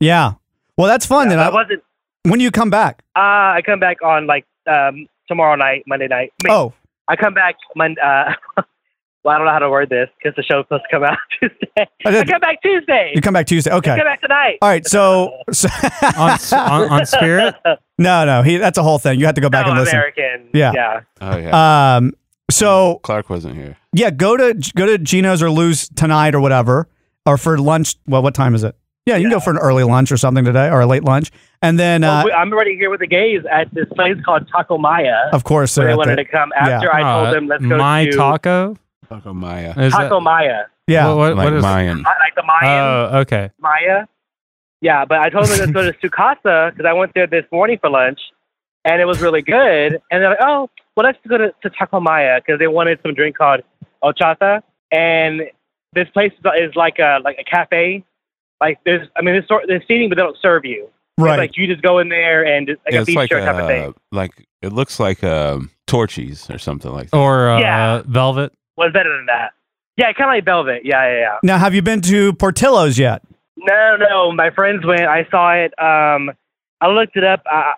Speaker 4: Yeah. Well, that's fun.
Speaker 12: Yeah,
Speaker 4: then
Speaker 12: I
Speaker 4: I,
Speaker 12: wasn't.
Speaker 4: when you come back.
Speaker 12: Uh, I come back on like um, tomorrow night, Monday night. I mean,
Speaker 4: Oh,
Speaker 12: I come back Monday. Uh, well, I don't know how to word this because the show's supposed to come out Tuesday.
Speaker 4: I
Speaker 12: I
Speaker 4: did-
Speaker 12: come back Tuesday.
Speaker 4: you come back Tuesday. Okay.
Speaker 12: Come back tonight.
Speaker 4: All right. So, so
Speaker 5: on, s- on, on spirit.
Speaker 4: no, no. He. That's a whole thing. You have to go back
Speaker 12: no,
Speaker 4: and listen.
Speaker 12: American.
Speaker 4: Yeah.
Speaker 12: Yeah.
Speaker 6: Oh yeah.
Speaker 4: Um. So
Speaker 6: Clark wasn't here.
Speaker 4: Yeah, go to go to Gino's or Lou's tonight or whatever, or for lunch. Well, what time is it? Yeah, you can go for an early lunch or something today, or a late lunch, and then
Speaker 12: Well,
Speaker 4: uh,
Speaker 12: we- I'm already here with the gays at this place called Taco Maya.
Speaker 4: of course
Speaker 12: They
Speaker 4: they're at
Speaker 12: wanted
Speaker 4: the-
Speaker 12: to come
Speaker 4: yeah. Uh,
Speaker 12: after I told them let's go
Speaker 5: Uh, my
Speaker 12: to
Speaker 5: taco.
Speaker 6: Taco Maya.
Speaker 5: Is
Speaker 12: Taco Maya.
Speaker 4: yeah.
Speaker 5: What, what,
Speaker 6: oh, uh, like
Speaker 5: what is?
Speaker 6: Mayan.
Speaker 12: I like the Maya
Speaker 5: Oh, okay.
Speaker 12: Maya. Yeah, but I told them let's go to Sukasa because I went there this morning for lunch, and it was really good. And they're like, oh, well, let's go to, to Takomaya because they wanted some drink called Ochata, and this place is is like a like a cafe. Like there's, I mean, there's sort there's seating, but they don't serve you. It's
Speaker 6: Right.
Speaker 12: like you just go in there and just, like
Speaker 6: Yeah,
Speaker 12: a
Speaker 6: it's
Speaker 12: beach
Speaker 6: like
Speaker 12: chair type of thing.
Speaker 6: uh, like it looks like um, Torchies or something like that.
Speaker 5: Or uh,
Speaker 12: Yeah.
Speaker 5: Velvet.
Speaker 12: Was better than that. Yeah, kind of like Velvet. Yeah, yeah, yeah.
Speaker 4: Now, have you been to Portillo's yet?
Speaker 12: No, no, my friends went. I saw it. Um, I looked it up. I,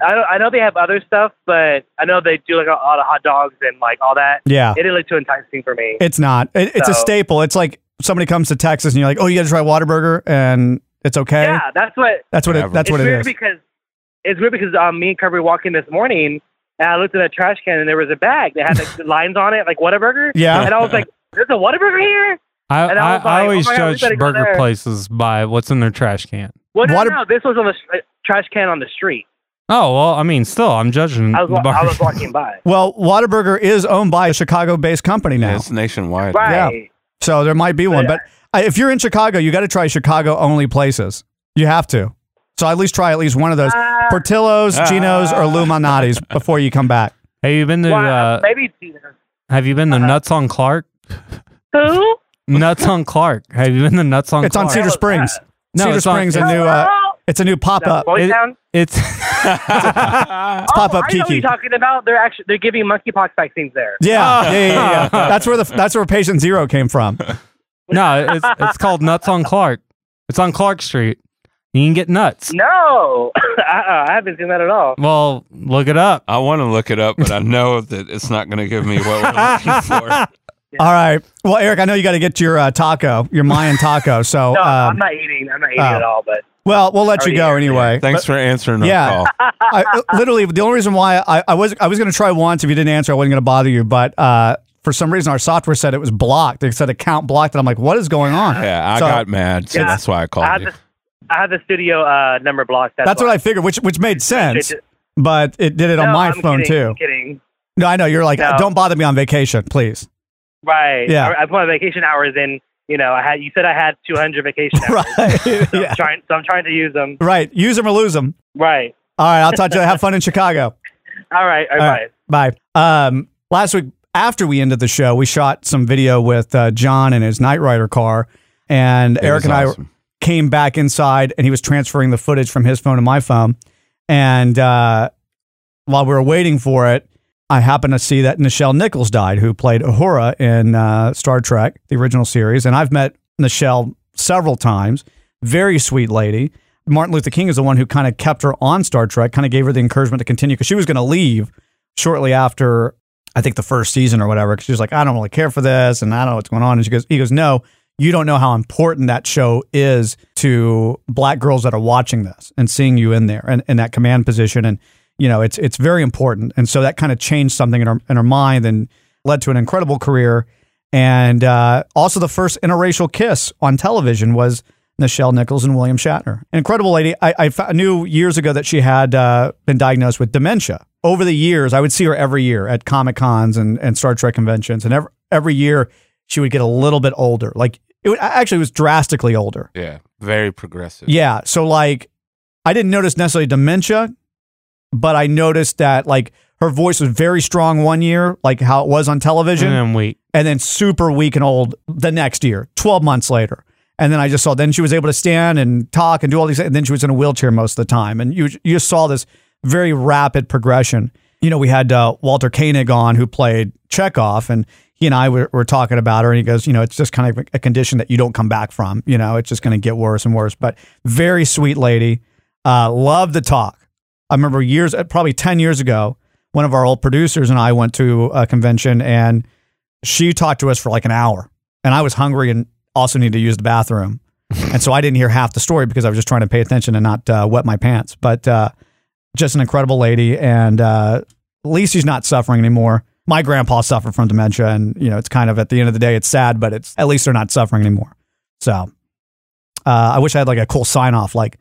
Speaker 12: I, I, don't, I know they have other stuff, but I know they do like a lot of hot dogs and like all that.
Speaker 4: Yeah.
Speaker 12: it didn't look too enticing for me.
Speaker 4: It's not. It, it's a
Speaker 12: So-
Speaker 4: staple. It's like somebody comes to Texas and you're like, oh, you got to try Whataburger and it's okay.
Speaker 12: Yeah, that's what.
Speaker 4: That's what it- that's
Speaker 12: it's
Speaker 4: what it
Speaker 12: weird
Speaker 4: is.
Speaker 12: Because it's weird because um, me and Kirby were walking this morning, and I looked at that trash can, and there was a bag that had like lines on it, like Whataburger.
Speaker 5: Yeah.
Speaker 12: and I was like, "There's a Whataburger here."
Speaker 5: I,
Speaker 12: And
Speaker 5: I,
Speaker 12: I was like,
Speaker 5: I
Speaker 12: oh
Speaker 5: always
Speaker 12: my God, we
Speaker 5: judge
Speaker 12: better go
Speaker 5: burger
Speaker 12: there.
Speaker 5: places by what's in their trash can.
Speaker 12: Well, no, no, Oh, this was on the sh- trash can on the street.
Speaker 5: Oh well, I mean, still, I'm judging.
Speaker 12: I was,
Speaker 5: the
Speaker 12: wa- I
Speaker 5: burger.
Speaker 12: was walking by.
Speaker 4: Well, Whataburger is owned by a Chicago based company now.
Speaker 6: It's nationwide.
Speaker 4: Yeah. So there might be one. But
Speaker 12: uh,
Speaker 4: I, if you're in Chicago, you got to try Chicago only places. You have to. So at least try at least one of those
Speaker 12: Uh,
Speaker 4: Portillo's, Gino's, or Luminati's before you come back.
Speaker 5: Have you been to?
Speaker 4: Wow,
Speaker 5: uh,
Speaker 12: maybe it's either.
Speaker 5: Have you been
Speaker 12: Uh-huh.
Speaker 5: to Nuts on Clark?
Speaker 12: Who?
Speaker 5: Nuts on Clark. Have you been to Nuts on?
Speaker 4: It's
Speaker 5: Clark?
Speaker 4: on Cedar Springs.
Speaker 5: No,
Speaker 4: Cedar
Speaker 5: it's on-
Speaker 4: Springs, a new. Uh, it's a new pop up.
Speaker 12: Boy Town? Oh,
Speaker 5: It's
Speaker 4: pop up
Speaker 12: I know what
Speaker 4: Kiki.
Speaker 12: you're talking about. They're actually they're giving monkeypox vaccines there.
Speaker 4: Yeah, yeah, yeah, yeah, yeah. That's where the that's where patient zero came from.
Speaker 5: no, it's it's called Nuts on Clark. It's on Clark Street. You can get nuts.
Speaker 12: No, Uh-uh, I, I haven't seen that at all.
Speaker 5: Well, look it up.
Speaker 6: I want to look it up, but I know that it's not going to give me what we're looking for.
Speaker 4: All right. Well, Eric, I know you got to get your uh, taco, your Mayan taco. So,
Speaker 12: No,
Speaker 4: um,
Speaker 12: I'm not eating. I'm not eating
Speaker 4: oh.
Speaker 12: at all. But
Speaker 4: well, we'll let you go anyway.
Speaker 6: Thanks for answering our
Speaker 4: yeah,
Speaker 6: call.
Speaker 4: I, I- literally the only reason why I, I was I was going to try once. If you didn't answer, I wasn't going to bother you. But uh, for some reason, our software said it was blocked. It said account blocked, and I'm like, what is going on?
Speaker 6: Yeah, I
Speaker 4: So-
Speaker 6: got mad, so
Speaker 12: Yeah.
Speaker 6: that's why I called
Speaker 12: I have
Speaker 6: you.
Speaker 12: the I have the studio uh, number blocked. That's,
Speaker 4: That's, what
Speaker 12: why.
Speaker 4: I figured, which which made sense.
Speaker 12: It just-
Speaker 4: But it did it on
Speaker 12: No,
Speaker 4: my
Speaker 12: I'm
Speaker 4: phone
Speaker 12: kidding,
Speaker 4: too.
Speaker 12: I'm kidding.
Speaker 4: No, I know you're like,
Speaker 12: No.
Speaker 4: don't bother me on vacation, please.
Speaker 12: Right.
Speaker 4: Yeah.
Speaker 12: I, I put my vacation hours in. You know, I had you said I had 200 vacation hours.
Speaker 4: Right.
Speaker 12: So I'm trying. So I'm trying to use them.
Speaker 4: Right. Use them or lose them.
Speaker 12: Right.
Speaker 4: All right. I'll talk to you. Have fun in Chicago.
Speaker 12: All right. All right.
Speaker 4: All right, Bye. Um, last week, after we ended the show, we shot some video with uh, John in his Knight Rider car, and
Speaker 6: It
Speaker 4: Eric
Speaker 6: was
Speaker 4: and
Speaker 6: awesome.
Speaker 4: I came back inside, and he was transferring the footage from his phone to my phone. And uh, while we were waiting for it, I happened to see that Nichelle Nichols died, who played Uhura in uh, Star Trek, the original series. And I've met Nichelle several times. Very sweet lady. Martin Luther King is the one who kind of kept her on Star Trek, kind of gave her the encouragement to continue because she was going to leave shortly after, I think, the first season or whatever. 'cause she was like, I don't really care for this and I don't know what's going on. And she goes, he goes, no, you don't know how important that show is to black girls that are watching this and seeing you in there and in that command position. And you know, it's it's very important. And so that kind of changed something in her in her mind and led to an incredible career. And uh, also the first interracial kiss on television was Nichelle Nichols and William Shatner. An incredible lady. I, I fa- knew years ago that she had uh, been diagnosed with dementia. Over the years, I would see her every year at Comic Cons and, and Star Trek conventions. And every, every year, she would get a little bit older. Like, it would, actually, it was drastically older.
Speaker 6: Yeah, very progressive.
Speaker 4: Yeah. So like, I didn't notice necessarily dementia, but I noticed that like her voice was very strong one year, like how it was on television,
Speaker 5: And then weak.
Speaker 4: and then super weak and old the next year, twelve months later. And then I just saw. Then she was able to stand and talk and do all these. things. And then she was in a wheelchair most of the time. And you you just saw this very rapid progression. You know, we had uh, Walter Koenig on who played Chekhov, and he and I were, were talking about her. And he goes, you know, it's just kind of a condition that you don't come back from. You know, it's just going to get worse and worse. But very sweet lady, uh, loved to talk. I remember years, uh, probably 10 years ago, one of our old producers and I went to a convention and she talked to us for like an hour. And I was hungry and also needed to use the bathroom. and so I didn't hear half the story because I was just trying to pay attention and not uh, wet my pants. But uh, just an incredible lady. And uh, at least she's not suffering anymore. My grandpa suffered from dementia. And, you know, it's kind of at the end of the day, it's sad, but it's at least they're not suffering anymore. So uh, I wish I had like a cool sign off like,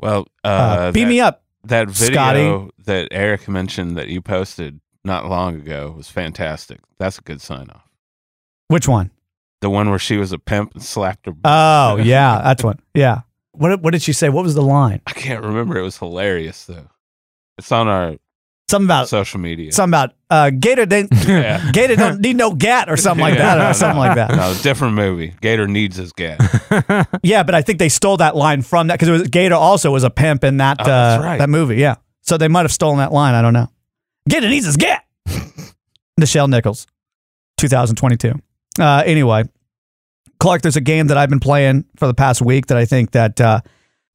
Speaker 6: Well, uh,
Speaker 4: Uh, beam me up,
Speaker 6: That video
Speaker 4: Scotty.
Speaker 6: that Eric mentioned that you posted not long ago was fantastic. That's a good sign off.
Speaker 4: which one?
Speaker 6: The one where she was a pimp and slapped her.
Speaker 4: Oh yeah, that's one. Yeah. What what did she say? What was the line?
Speaker 6: I can't remember. It was hilarious though. It's on our
Speaker 4: something about
Speaker 6: social media.
Speaker 4: Something about uh, Gator didn't
Speaker 6: Yeah.
Speaker 4: Gator don't need no gat or something like
Speaker 6: Yeah,
Speaker 4: that
Speaker 6: no,
Speaker 4: or something
Speaker 6: no.
Speaker 4: like that.
Speaker 6: No, different movie. Gator needs his gat.
Speaker 4: Yeah, but I think they stole that line from that because it was Gator also was a pimp in that
Speaker 6: Oh,
Speaker 4: uh,
Speaker 6: that's right.
Speaker 4: that movie. Yeah, so they might have stolen that line. I don't know. Gator needs his gat. Nichelle Nichols, 2022. Uh, anyway, Clark, there's a game that I've been playing for the past week that I think that uh,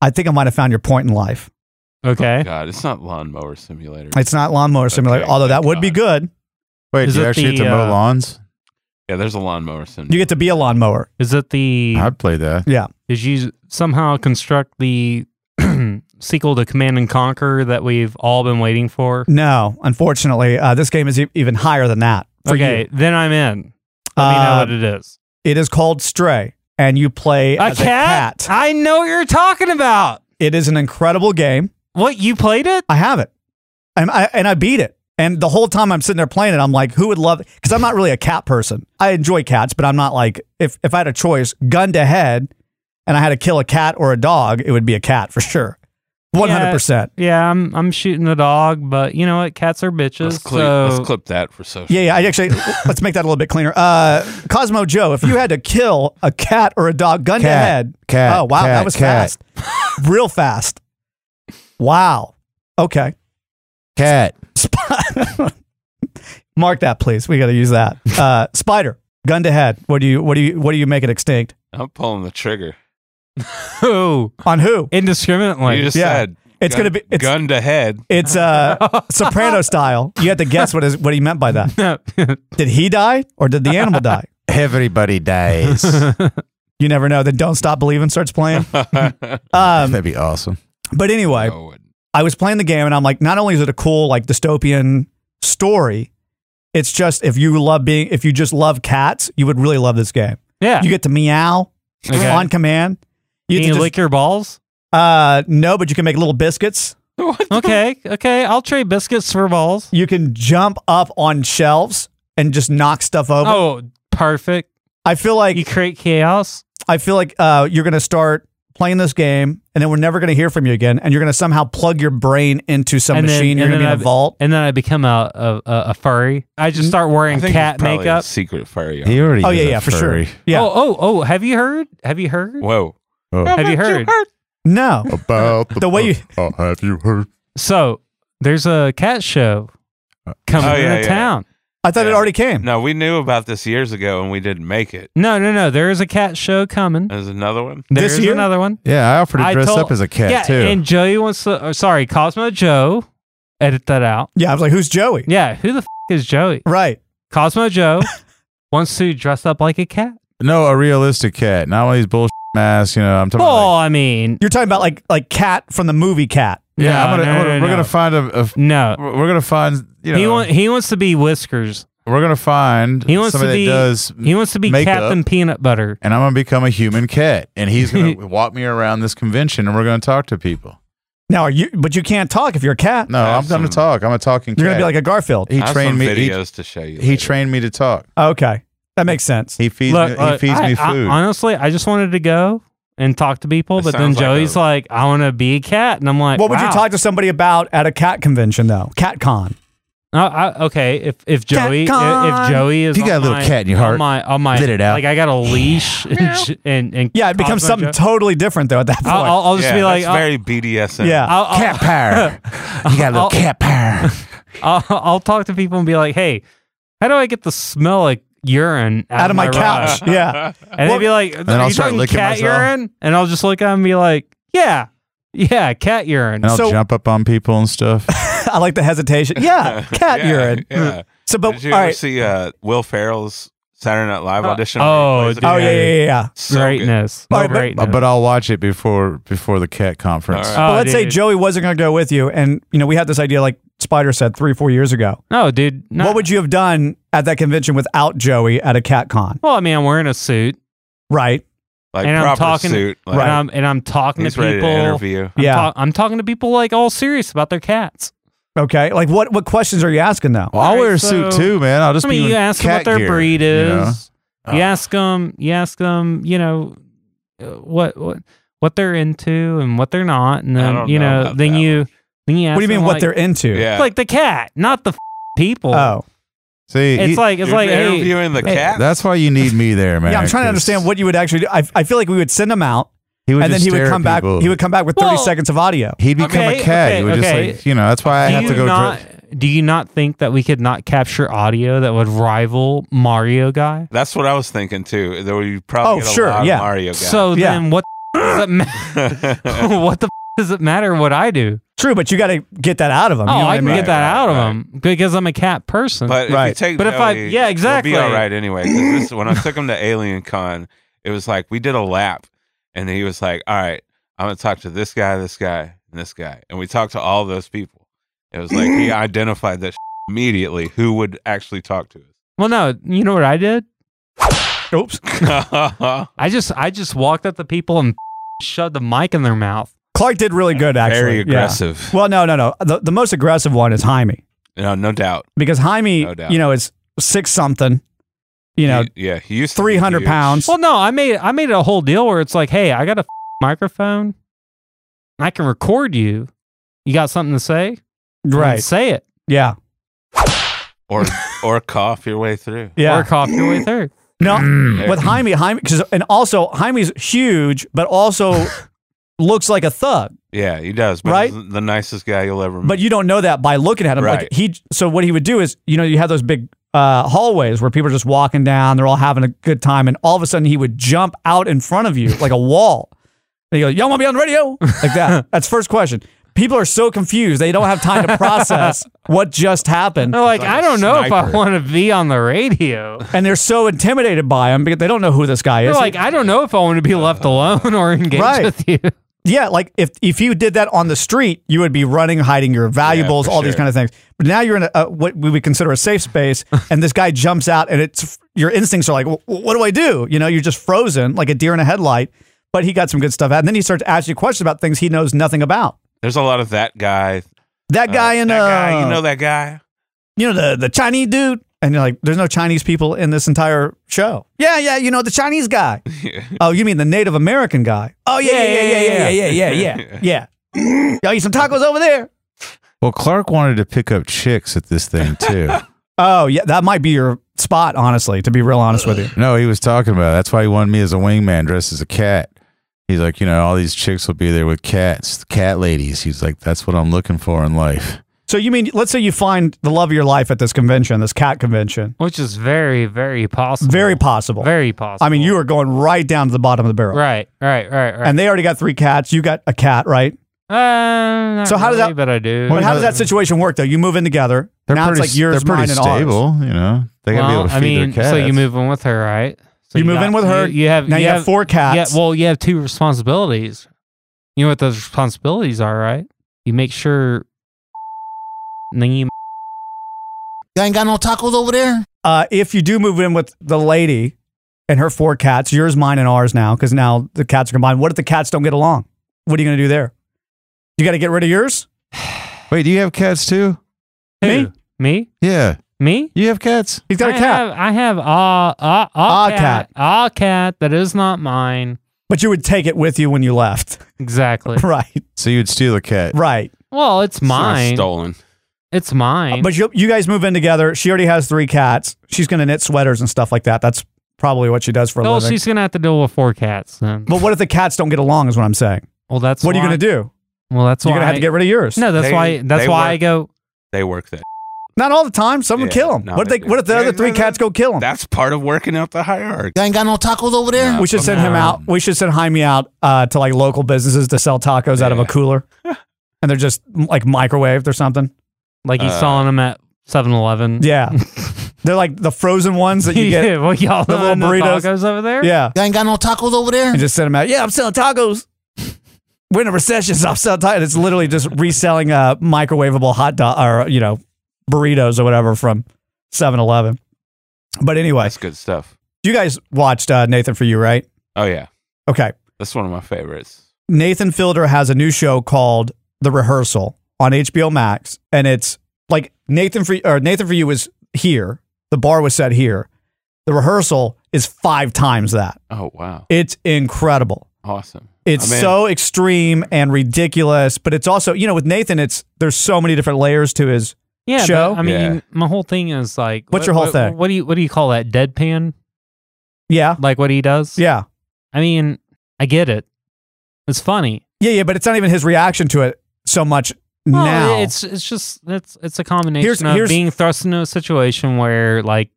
Speaker 4: I think I might have found your point in life.
Speaker 5: Okay.
Speaker 6: God, it's not lawnmower simulator.
Speaker 4: It's not lawnmower simulator,
Speaker 6: Okay,
Speaker 4: although that
Speaker 6: thank
Speaker 4: would be good.
Speaker 7: Wait, do you actually get to
Speaker 4: uh,
Speaker 7: mow lawns?
Speaker 6: Yeah, there's a lawnmower simulator.
Speaker 4: You get to be a lawnmower.
Speaker 5: Is it the?
Speaker 7: I'd play that.
Speaker 4: Yeah.
Speaker 5: Did you somehow construct the sequel to Command and Conquer that we've all been waiting for?
Speaker 4: No, unfortunately, uh, this game is e- even higher than that. For
Speaker 5: okay,
Speaker 4: you.
Speaker 5: then I'm in. Let me know
Speaker 4: Uh,
Speaker 5: what it is.
Speaker 4: It is called Stray, and you play
Speaker 5: A
Speaker 4: as
Speaker 5: cat?
Speaker 4: a cat.
Speaker 5: I know what you're talking about.
Speaker 4: It is an incredible game.
Speaker 5: What you played it?
Speaker 4: I have it, and I and I beat it. And the whole time I'm sitting there playing it, I'm like, who would love? Because I'm not really a cat person. I enjoy cats, but I'm not like if if I had a choice, gun to head, and I had to kill a cat or a dog, it would be a cat for sure, one hundred percent.
Speaker 5: Yeah, yeah, I'm I'm shooting the dog, but you know what? Cats are bitches.
Speaker 6: Let's clip,
Speaker 5: so
Speaker 6: let's clip that for social.
Speaker 4: Yeah, yeah. I actually let's make that a little bit cleaner. Uh, Cosmo Joe, if you had to kill a cat or a dog, gun to
Speaker 7: Cat,
Speaker 4: head.
Speaker 7: cat,
Speaker 4: Oh wow,
Speaker 7: cat,
Speaker 4: that was
Speaker 7: cat.
Speaker 4: fast, real fast. Wow. Okay.
Speaker 7: Cat.
Speaker 4: Mark that, please. We got to use that. Uh, spider, gun to head. What do you? What do you? What do you make it extinct?
Speaker 6: I'm pulling the trigger.
Speaker 5: Who?
Speaker 4: On who? Oh
Speaker 5: Indiscriminately.
Speaker 6: you just said
Speaker 4: It's
Speaker 6: gun-
Speaker 4: gonna be- it's-
Speaker 6: gun to head.
Speaker 4: It's uh, Soprano style. You have to guess what is what he meant by that. Did he die or did the animal die?
Speaker 7: Everybody dies.
Speaker 4: Um, You never know. Then don't stop believing starts playing. Um,
Speaker 7: That'd be awesome.
Speaker 4: But anyway, I was playing the game and I'm like, not only is it a cool like dystopian story, it's just if you love being if you just love cats, you would really love this game.
Speaker 5: Yeah.
Speaker 4: You get to meow
Speaker 5: Okay.
Speaker 4: on command.
Speaker 5: Can
Speaker 4: get to
Speaker 5: you
Speaker 4: just-
Speaker 5: lick your balls?
Speaker 4: uh no, but you can make little biscuits.
Speaker 5: Okay, okay. I'll trade biscuits for balls.
Speaker 4: You can jump up on shelves and just knock stuff over.
Speaker 5: Oh, perfect.
Speaker 4: I feel like
Speaker 5: You create chaos.
Speaker 4: I feel like uh, you're going to start playing this game, and then we're never going to hear from you again, and you're going to somehow plug your brain into some
Speaker 5: and then-
Speaker 4: machine. you're
Speaker 5: and
Speaker 4: going to be
Speaker 5: then
Speaker 4: in a
Speaker 5: I-
Speaker 4: vault.
Speaker 5: and then I become a a, a, a furry. I just start
Speaker 6: Mm, I
Speaker 5: wearing
Speaker 6: think
Speaker 5: cat
Speaker 6: it's probably a
Speaker 5: makeup.
Speaker 6: secret furry.
Speaker 7: He already
Speaker 4: Oh
Speaker 7: is
Speaker 4: yeah,
Speaker 7: a
Speaker 4: yeah, for sure.
Speaker 7: furry.
Speaker 4: Yeah.
Speaker 5: Oh, oh, oh! Have you heard? Have you heard?
Speaker 6: Whoa.
Speaker 7: Oh,
Speaker 5: Have you heard?
Speaker 4: No,
Speaker 7: about the,
Speaker 4: the way you
Speaker 7: Oh, have you heard?
Speaker 5: So there's a cat show
Speaker 7: Uh,
Speaker 5: coming
Speaker 6: Oh,
Speaker 5: to
Speaker 6: yeah, yeah.
Speaker 5: town.
Speaker 4: I thought it already came.
Speaker 6: No, we knew about this years ago and we didn't make it.
Speaker 5: No, no, no. There is a cat show coming.
Speaker 6: There's another one.
Speaker 4: This
Speaker 5: There's
Speaker 4: year?
Speaker 5: another one.
Speaker 7: Yeah, I offered to
Speaker 5: I
Speaker 7: dress
Speaker 5: told-
Speaker 7: up as a cat
Speaker 5: yeah,
Speaker 7: too.
Speaker 5: and Joey wants to. Or sorry, Cosmo Joe. Edit that out.
Speaker 4: Yeah, I was like, who's Joey?
Speaker 5: Yeah, who the f- is Joey?
Speaker 4: Right.
Speaker 5: Cosmo Joe wants to dress up like a cat.
Speaker 7: no, a realistic cat, not one of these bullshit masks. You know, I'm talking. about
Speaker 5: Well,
Speaker 7: like-
Speaker 5: I mean,
Speaker 4: You're talking about like like cat from the movie Cat.
Speaker 7: yeah,
Speaker 5: no,
Speaker 7: I'm gonna,
Speaker 5: no,
Speaker 7: I'm gonna-
Speaker 5: no,
Speaker 7: we're
Speaker 5: no.
Speaker 7: gonna find a. a
Speaker 5: no.
Speaker 7: we're we're gonna find. You know,
Speaker 5: He want, he wants to be Whiskers.
Speaker 7: we're gonna find
Speaker 5: He wants to be.
Speaker 7: somebody that does.
Speaker 5: he wants to be
Speaker 7: makeup,
Speaker 5: Captain Peanut Butter.
Speaker 7: and I'm gonna become a human cat, and he's gonna walk me around this convention, and we're gonna talk to people.
Speaker 4: Now, are you? But you can't talk if you're a cat.
Speaker 7: No,
Speaker 6: Have
Speaker 7: I'm gonna
Speaker 6: some-
Speaker 7: talk. I'm a talking.
Speaker 4: You're gonna
Speaker 7: cat.
Speaker 4: be like a Garfield.
Speaker 7: he
Speaker 6: I have
Speaker 7: trained
Speaker 6: some
Speaker 7: me. He,
Speaker 6: videos to show you.
Speaker 7: he
Speaker 6: later.
Speaker 7: trained me to talk.
Speaker 4: Okay, that makes sense.
Speaker 7: He feeds
Speaker 5: Look,
Speaker 7: me.
Speaker 5: look,
Speaker 7: he feeds
Speaker 5: I-
Speaker 7: me
Speaker 5: I-
Speaker 7: food.
Speaker 5: honestly, I just wanted to go and talk to people,
Speaker 6: That
Speaker 5: but then
Speaker 6: sounds like
Speaker 5: Joey's
Speaker 6: a-
Speaker 5: like, I want to be a cat, and I'm like,
Speaker 4: What would you
Speaker 5: wow.
Speaker 4: talk to somebody about at a cat convention though? Cat con.
Speaker 5: Uh, I, okay, if if
Speaker 4: Cat
Speaker 5: Joey
Speaker 4: con.
Speaker 5: i- if Joey is
Speaker 7: You got
Speaker 5: on
Speaker 7: a little
Speaker 5: my-
Speaker 7: cat in your
Speaker 5: on
Speaker 7: heart.
Speaker 5: my on my
Speaker 7: Let it out.
Speaker 5: like I got a leash and, and and
Speaker 4: Yeah, it becomes
Speaker 5: Cosmo
Speaker 4: something
Speaker 5: Joe-
Speaker 4: totally different though at that point.
Speaker 5: I'll, I'll, I'll just
Speaker 6: yeah,
Speaker 5: be like,
Speaker 6: that's
Speaker 5: I'll,
Speaker 6: very BDSM.
Speaker 4: yeah.
Speaker 5: I'll, I'll,
Speaker 7: cat power. You got a little
Speaker 5: I'll-
Speaker 7: cat power.
Speaker 5: I'll, I'll talk to people and be like, hey, how do I get the smell of urine out,
Speaker 4: out of my couch.
Speaker 5: rug?"
Speaker 4: Yeah.
Speaker 5: And
Speaker 4: What-
Speaker 5: they'd be like, are
Speaker 7: I'll
Speaker 5: you
Speaker 7: start
Speaker 5: talking
Speaker 7: licking
Speaker 5: cat
Speaker 7: myself.
Speaker 5: urine? And I'll just look at him and be like, yeah, yeah, cat urine.
Speaker 7: And I'll
Speaker 4: So-
Speaker 7: jump up on people and stuff.
Speaker 4: I like the hesitation. Yeah, cat
Speaker 6: Yeah,
Speaker 4: urine. Mm.
Speaker 6: Yeah.
Speaker 4: So, but
Speaker 6: Did you
Speaker 4: all
Speaker 6: ever
Speaker 4: right.
Speaker 6: see uh, Will Ferrell's Saturday Night Live
Speaker 5: Uh,
Speaker 6: audition? where he
Speaker 5: oh,
Speaker 6: plays a
Speaker 5: dude.
Speaker 4: Oh yeah,
Speaker 6: cat?
Speaker 4: yeah, yeah. yeah.
Speaker 6: So good.
Speaker 5: greatness.
Speaker 4: All
Speaker 5: No
Speaker 4: right, but-
Speaker 5: greatness.
Speaker 7: But I'll watch it before before the cat conference.
Speaker 6: All right.
Speaker 5: Oh,
Speaker 4: but let's say
Speaker 5: dude.
Speaker 4: Joey wasn't going to go with you, and you know we had this idea, like Spider said, three, four years ago.
Speaker 5: No, dude. No.
Speaker 4: What would you have done at that convention without Joey at a cat con?
Speaker 5: Well, I mean, I'm wearing a suit,
Speaker 4: Right?
Speaker 6: Like
Speaker 5: And I'm
Speaker 6: proper
Speaker 5: talking-
Speaker 6: suit. Like,
Speaker 5: and I'm and I'm talking
Speaker 6: He's
Speaker 5: to
Speaker 6: ready
Speaker 5: people.
Speaker 6: to interview.
Speaker 5: I'm
Speaker 4: Yeah.
Speaker 5: talk- I'm talking to people like all serious about their cats.
Speaker 4: Okay. Like what? What questions are you asking though?
Speaker 7: Well, I'll
Speaker 5: All right,
Speaker 7: wear a suit
Speaker 5: so-
Speaker 7: too, man. I'll just
Speaker 5: I mean,
Speaker 7: be
Speaker 5: you
Speaker 7: in
Speaker 5: ask them
Speaker 7: cat
Speaker 5: what their
Speaker 7: gear,
Speaker 5: breed
Speaker 7: you
Speaker 5: is.
Speaker 7: know?
Speaker 5: You ask them, you ask them, you know, uh, what what what they're into and what they're not, and
Speaker 4: I
Speaker 5: then
Speaker 4: don't
Speaker 5: you
Speaker 4: know
Speaker 5: know,
Speaker 4: about
Speaker 5: then you then you ask.
Speaker 4: What do you mean
Speaker 5: them,
Speaker 4: what
Speaker 5: like-
Speaker 4: they're into? Yeah.
Speaker 5: Like the cat, not the f- people.
Speaker 4: Oh,
Speaker 7: See,
Speaker 5: It's like- it's You're like, hey- interviewing the cat?
Speaker 7: That's why you need me there, man.
Speaker 4: yeah, I'm trying to
Speaker 7: 'cause
Speaker 4: understand what you would actually do. I, I feel like we would send him out,
Speaker 7: He would
Speaker 4: and then
Speaker 7: just
Speaker 4: he would
Speaker 7: stare at
Speaker 4: come back.
Speaker 7: people.
Speaker 4: He would come back with 30
Speaker 5: Well-
Speaker 4: seconds of audio.
Speaker 7: He'd become a cat. he would just like, you know, that's why I
Speaker 5: do
Speaker 7: have to
Speaker 5: you
Speaker 7: go. dri-
Speaker 5: Not, do you not think that we could not capture audio that would rival Mario guy?
Speaker 6: That's what I was thinking too. There you probably get a lot of Mario guys.
Speaker 5: So then, what the f- does it matter? what the f- does it matter what I do?
Speaker 4: True, but you got to get that out of him.
Speaker 5: Oh,
Speaker 4: you know what
Speaker 5: I can
Speaker 4: mean?
Speaker 5: get that out of him because I'm a cat person.
Speaker 6: But if you take
Speaker 5: but if I
Speaker 6: Joey,
Speaker 5: yeah exactly
Speaker 6: we'll be all right anyway. 'cause this- when I took him to Alien Con, it was like we did a lap, and he was like, "All right, I'm gonna talk to this guy, this guy, and this guy," and we talked to all those people. It was like he identified that immediately who would actually talk to
Speaker 5: Well, no, you know what I did?
Speaker 4: Oops.
Speaker 6: us.
Speaker 5: I just I just walked up to people and shoved the mic in their mouth.
Speaker 4: Clark did really good, actually.
Speaker 5: Very
Speaker 4: Yeah.
Speaker 5: aggressive.
Speaker 4: Well, no, no, no. The, the most aggressive one is Jaime
Speaker 6: no, no doubt.
Speaker 4: because Jaime,
Speaker 6: No doubt.
Speaker 4: you know, is six something. You know,
Speaker 6: Yeah, he used to be
Speaker 4: 300
Speaker 6: huge.
Speaker 4: pounds.
Speaker 5: Well, no, I made I made a whole deal where it's like, hey, I got a f- microphone, I can record you. You got something to say,
Speaker 4: Right.
Speaker 5: Then Say it.
Speaker 4: Yeah.
Speaker 6: or or cough your way through.
Speaker 4: Yeah.
Speaker 5: Or cough your way through.
Speaker 4: No,
Speaker 6: Mm.
Speaker 4: Hmm. with Jaime, Jaime, 'cause- and also Jaime's huge, but also looks like a thug.
Speaker 6: Yeah, he does. But
Speaker 4: Right?
Speaker 6: he's the nicest guy you'll ever meet.
Speaker 4: But you don't know that by looking at him.
Speaker 6: Right.
Speaker 4: Like he, so what he would do is, you know, you have those big uh, hallways where people are just walking down, they're all having a good time, and all of a sudden he would jump out in front of you like a wall. And he goes, "Y'all want to be on the radio?" Like that. That's first question. People are so confused; they don't have time to process what just happened.
Speaker 5: They're like, I don't know if I want to be on the radio.
Speaker 4: and they're so intimidated by him because they don't know who this guy
Speaker 5: They're
Speaker 4: is.
Speaker 5: like, I don't know if I want to be left alone or engaged
Speaker 4: Right.
Speaker 5: with you.
Speaker 4: Yeah, like if if you did that on the street, you would be running, hiding your valuables,
Speaker 5: for
Speaker 4: all these
Speaker 5: sure.
Speaker 4: kind of things. But now you're in a, a what we would consider a safe space, and this guy jumps out, and it's your instincts are like, "Wh- what do I do? You know, you're just frozen like a deer in a headlight. But he got some good stuff out, and then he starts asking you questions about things he knows nothing about.
Speaker 6: There's a lot of that guy.
Speaker 4: That guy in
Speaker 6: Oh, that
Speaker 4: uh,
Speaker 6: guy, you know that guy.
Speaker 4: you know the the Chinese dude, and you're like, there's no Chinese people in this entire show. Yeah, yeah, you know the Chinese guy. oh, you mean the Native American guy? Oh yeah, yeah, yeah, yeah, yeah, yeah, yeah, yeah. yeah. Y'all eat some tacos over there.
Speaker 7: Well, Clark wanted to pick up chicks at this thing too.
Speaker 4: Oh yeah, that might be your spot, honestly. To be real honest with you,
Speaker 7: no, he was talking about. It. That's why he wanted me as a wingman, dressed as a cat. He's like, you know, all these chicks will be there with cats, the cat ladies. He's like, that's what I'm looking for in life.
Speaker 4: So you mean, let's say you find the love of your life at this convention, this cat convention.
Speaker 5: Which is very, very possible.
Speaker 4: Very possible.
Speaker 5: Very possible.
Speaker 4: I mean, you are going right down to the bottom of the barrel.
Speaker 5: Right, right, right, right.
Speaker 4: And they already got three cats. You got a cat, right?
Speaker 5: Uh, not
Speaker 4: So how does
Speaker 5: really,
Speaker 4: that-
Speaker 5: But I do.
Speaker 4: but how does that situation work though? You move in together. now it's like yours,
Speaker 7: they're
Speaker 4: mine,
Speaker 7: pretty
Speaker 4: and ours.
Speaker 7: stable, you know. They gotta
Speaker 5: Well,
Speaker 7: be able to feed
Speaker 5: I mean,
Speaker 7: their cats.
Speaker 5: so you move in with her, right? So
Speaker 4: You move in with her,
Speaker 5: You, you have
Speaker 4: now you have four cats.
Speaker 5: Yeah. Well, you have two responsibilities. You know what those responsibilities are, right? You make sure. And then you.
Speaker 4: You ain't got no tacos over there? Uh, if you do move in with the lady and her four cats, yours, mine, and ours now, because now the cats are combined. What if the cats don't get along? What are you going to do there? You got to get rid of yours?
Speaker 7: Wait, do you have cats too?
Speaker 4: Me?
Speaker 5: Me?
Speaker 7: Yeah.
Speaker 5: Me?
Speaker 7: You have cats?
Speaker 4: He's got
Speaker 5: I
Speaker 4: a cat.
Speaker 5: Have, I have a a a
Speaker 4: A
Speaker 5: cat.
Speaker 4: cat.
Speaker 5: A cat that is not mine.
Speaker 4: But you would take it with you when you left.
Speaker 5: Exactly.
Speaker 4: right.
Speaker 7: So you'd steal a cat.
Speaker 4: Right.
Speaker 5: Well, it's mine.
Speaker 6: stolen.
Speaker 5: It's mine.
Speaker 4: But you, you guys move in together. She already has three cats. She's going to knit sweaters and stuff like that. That's probably what she does for a
Speaker 5: Oh,
Speaker 4: living.
Speaker 5: she's gonna have to deal with four cats then.
Speaker 4: but what if the cats don't get along, is what I'm saying?
Speaker 5: Well, that's
Speaker 4: What are you
Speaker 5: why-
Speaker 4: going to do?
Speaker 5: Well, that's
Speaker 4: You're going to
Speaker 5: why-
Speaker 4: have to get rid of yours.
Speaker 5: No, that's
Speaker 6: They-
Speaker 5: why. That's
Speaker 6: they
Speaker 5: why
Speaker 6: work-
Speaker 5: I go.
Speaker 6: They work that.
Speaker 4: Not all the time. Some would
Speaker 6: Yeah,
Speaker 4: kill them.
Speaker 6: no,
Speaker 4: what, if
Speaker 6: they
Speaker 4: they, what if the
Speaker 6: do.
Speaker 4: other three cats go kill them?
Speaker 6: That's part of working out the hierarchy.
Speaker 4: ain't got no tacos over there.
Speaker 6: Nah,
Speaker 4: we should
Speaker 6: fuck
Speaker 4: send him
Speaker 6: no.
Speaker 4: out. We should send Jaime out uh, to like local businesses to sell tacos out of a cooler, and they're just m- like microwaved or something.
Speaker 5: Like he's
Speaker 4: Uh,
Speaker 5: selling them at 7-Eleven.
Speaker 4: Yeah, they're like the frozen ones that you get.
Speaker 5: Yeah, well, y'all
Speaker 4: the
Speaker 5: know
Speaker 4: little
Speaker 5: the
Speaker 4: burritos
Speaker 5: tacos over there?
Speaker 4: Yeah,
Speaker 3: ain't got no tacos over there.
Speaker 4: and just send him out. Yeah, I'm selling tacos. We're in a recession, so I'm selling tacos. It's literally just reselling uh, microwavable hot dog or you know burritos or whatever from 7-Eleven. But anyway,
Speaker 6: That's good stuff.
Speaker 4: you guys watched uh, Nathan for you, right?
Speaker 6: Oh yeah,
Speaker 4: Okay.
Speaker 6: that's one of my favorites.
Speaker 4: Nathan Fielder has a new show called The Rehearsal on HBO Max, and it's like Nathan for or Nathan for you is here. The bar was set here. The rehearsal is five times that.
Speaker 6: Oh wow,
Speaker 4: it's incredible.
Speaker 6: Awesome.
Speaker 4: It's
Speaker 6: I'm in.
Speaker 4: so extreme and ridiculous, but it's also you know with Nathan, it's there's so many different layers to his
Speaker 5: Yeah, but,
Speaker 4: show.
Speaker 5: I mean, my whole thing is like,
Speaker 4: What's your whole thing?
Speaker 5: What do you What do you call that? Deadpan?
Speaker 4: Yeah,
Speaker 5: like what he does.
Speaker 4: Yeah,
Speaker 5: I mean, I get it. It's funny.
Speaker 4: yeah, yeah, but it's not even his reaction to it so much
Speaker 5: Well,
Speaker 4: now.
Speaker 5: it's it's just it's it's a combination
Speaker 4: Here's-
Speaker 5: of
Speaker 4: here's-
Speaker 5: being thrust into a situation where like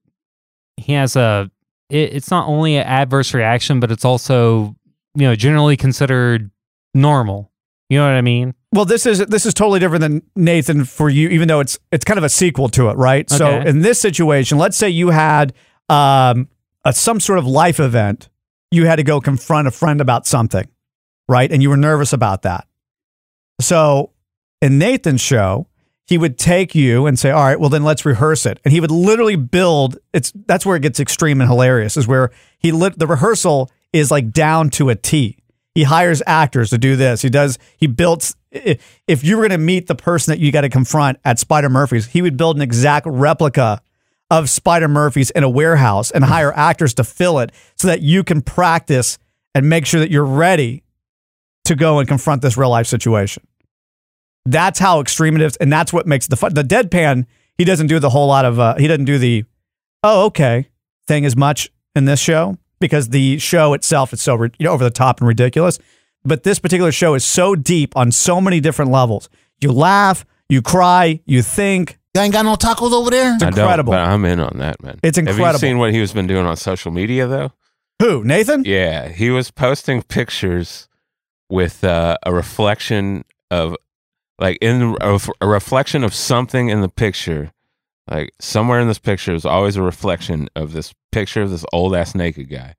Speaker 5: he has a it, it's not only an adverse reaction, but it's also you know generally considered normal. You know what I mean?
Speaker 4: Well, this is this is totally different than Nathan for you, even though it's it's kind of a sequel to it, right? So
Speaker 5: Okay.
Speaker 4: in this situation, let's say you had um, a, some sort of life event, you had to go confront a friend about something, right? And you were nervous about that. So in Nathan's show, he would take you and say, "All right, well then let's rehearse it." And he would literally build. It's that's where it gets extreme and hilarious. Is where he lit the rehearsal is like down to a T. He hires actors to do this. He does. He builds. i- If you were going to meet the person that you got to confront at Spider Murphy's, he would build an exact replica of Spider Murphy's in a warehouse and hire actors to fill it so that you can practice and make sure that you're ready to go and confront this real life situation. That's how extreme it is, and that's what makes the fun. The deadpan, he doesn't do the whole lot of. Uh, he doesn't do the, oh okay, thing as much in this show because the show itself is so ri- you know, over the top and ridiculous. But this particular show is so deep on so many different levels. You laugh, you cry, you think. You ain't got no tacos over there. It's
Speaker 6: I don't,
Speaker 4: incredible.
Speaker 6: but I'm in on that, man.
Speaker 4: It's
Speaker 6: Have
Speaker 4: incredible.
Speaker 6: you seen what he was been doing on social media though?
Speaker 4: Who Nathan?
Speaker 6: Yeah, he was posting pictures with uh, a reflection of, like, in a, ref- a reflection of something in the picture. Like somewhere in this picture is always a reflection of this picture of this old ass naked guy,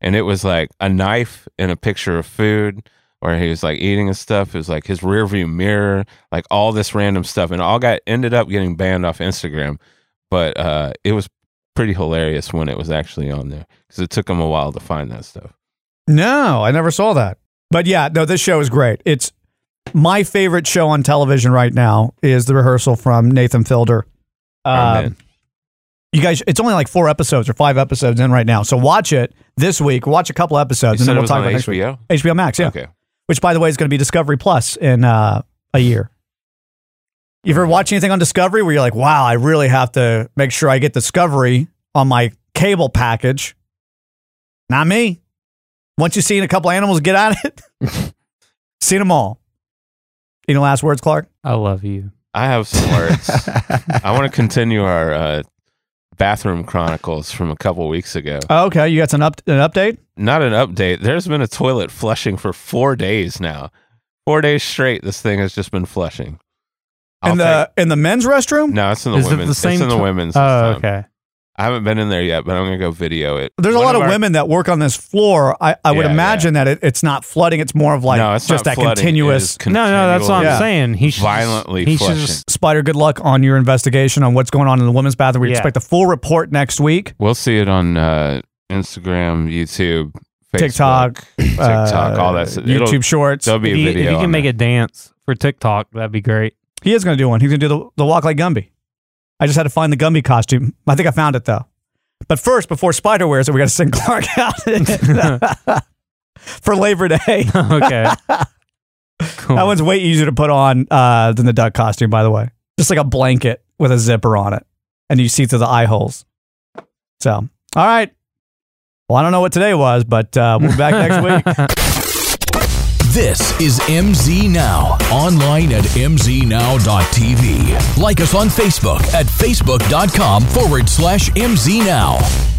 Speaker 6: and it was like a knife and a picture of food. Where he was like eating and stuff. It was like his rear view mirror, like all this random stuff, and all got ended up getting banned off Instagram. But uh, it was pretty hilarious when it was actually on there because it took him a while to find that stuff.
Speaker 4: No, I never saw that. But yeah, no, this show is great. It's my favorite show on television right now is the rehearsal from Nathan Fielder.
Speaker 6: Oh,
Speaker 4: Um, you guys, it's only like four episodes or five episodes in right now, so watch it this week. Watch a couple episodes,
Speaker 6: You
Speaker 4: and
Speaker 6: said
Speaker 4: then
Speaker 6: it
Speaker 4: we'll
Speaker 6: was
Speaker 4: talk
Speaker 6: on
Speaker 4: about next
Speaker 6: HBO?
Speaker 4: week. HBO Max, yeah.
Speaker 6: Okay.
Speaker 4: Which, by the way, is going to be Discovery Plus in uh, a year. You ever watch anything on Discovery where you're like, wow, I really have to make sure I get Discovery on my cable package? Not me. Once you've seen a couple animals get on it, seen them all. Any last words, Clark?
Speaker 5: I love you.
Speaker 6: I have some words. I want to continue our uh, bathroom chronicles from a couple weeks ago.
Speaker 4: Okay, you got an, up- an update?
Speaker 6: Not an update. There's been a toilet flushing for four days now. Four days straight, this thing has just been flushing. I'll
Speaker 4: in the in the men's restroom?
Speaker 6: No, it's in the
Speaker 4: uh, Is it the
Speaker 6: women's.
Speaker 4: same
Speaker 6: it's in the
Speaker 4: to-
Speaker 6: women's.
Speaker 4: Oh,
Speaker 6: this um, time.
Speaker 4: okay.
Speaker 6: I haven't been in there yet, but I'm gonna go video it.
Speaker 4: There's a
Speaker 6: One
Speaker 4: lot
Speaker 6: of
Speaker 4: of
Speaker 6: our-
Speaker 4: women that work on this floor. I, I would
Speaker 6: Yeah,
Speaker 4: imagine that it, it's not flooding. It's more of like
Speaker 6: No, it's
Speaker 4: just
Speaker 6: not
Speaker 4: that
Speaker 6: flooding. It
Speaker 4: continuous.
Speaker 6: is No, no, that's what I'm continual saying. He should just- violently he should flushing. just-
Speaker 4: Spider, good luck on your investigation on what's going on in the women's bathroom. We
Speaker 6: Yeah.
Speaker 4: expect a full report next week.
Speaker 6: We'll see it on uh, Instagram, YouTube, Facebook,
Speaker 4: TikTok, uh,
Speaker 6: TikTok, all that. stuff.
Speaker 4: YouTube
Speaker 6: It'll-
Speaker 4: Shorts.
Speaker 6: There'll be
Speaker 5: if
Speaker 6: a
Speaker 5: you, if
Speaker 6: video.
Speaker 5: you
Speaker 6: on
Speaker 5: can make a dance for TikTok, that'd be great.
Speaker 4: He is going to do one. He's going to do the, the walk like Gumby. I just had to find the Gumby costume. I think I found it though. But first, before Spider wears it, we got to send Clark out in it for Labor Day.
Speaker 5: okay.
Speaker 4: That one's way easier to put on uh, than the duck costume, by the way. Just like a blanket with a zipper on it, and you see through the eye holes. So, all right. Well, I don't know what today was, but uh, we'll be back next week.
Speaker 1: This is MZ Now, online at mznow.tv. Like us on Facebook at facebook.com forward slash mznow.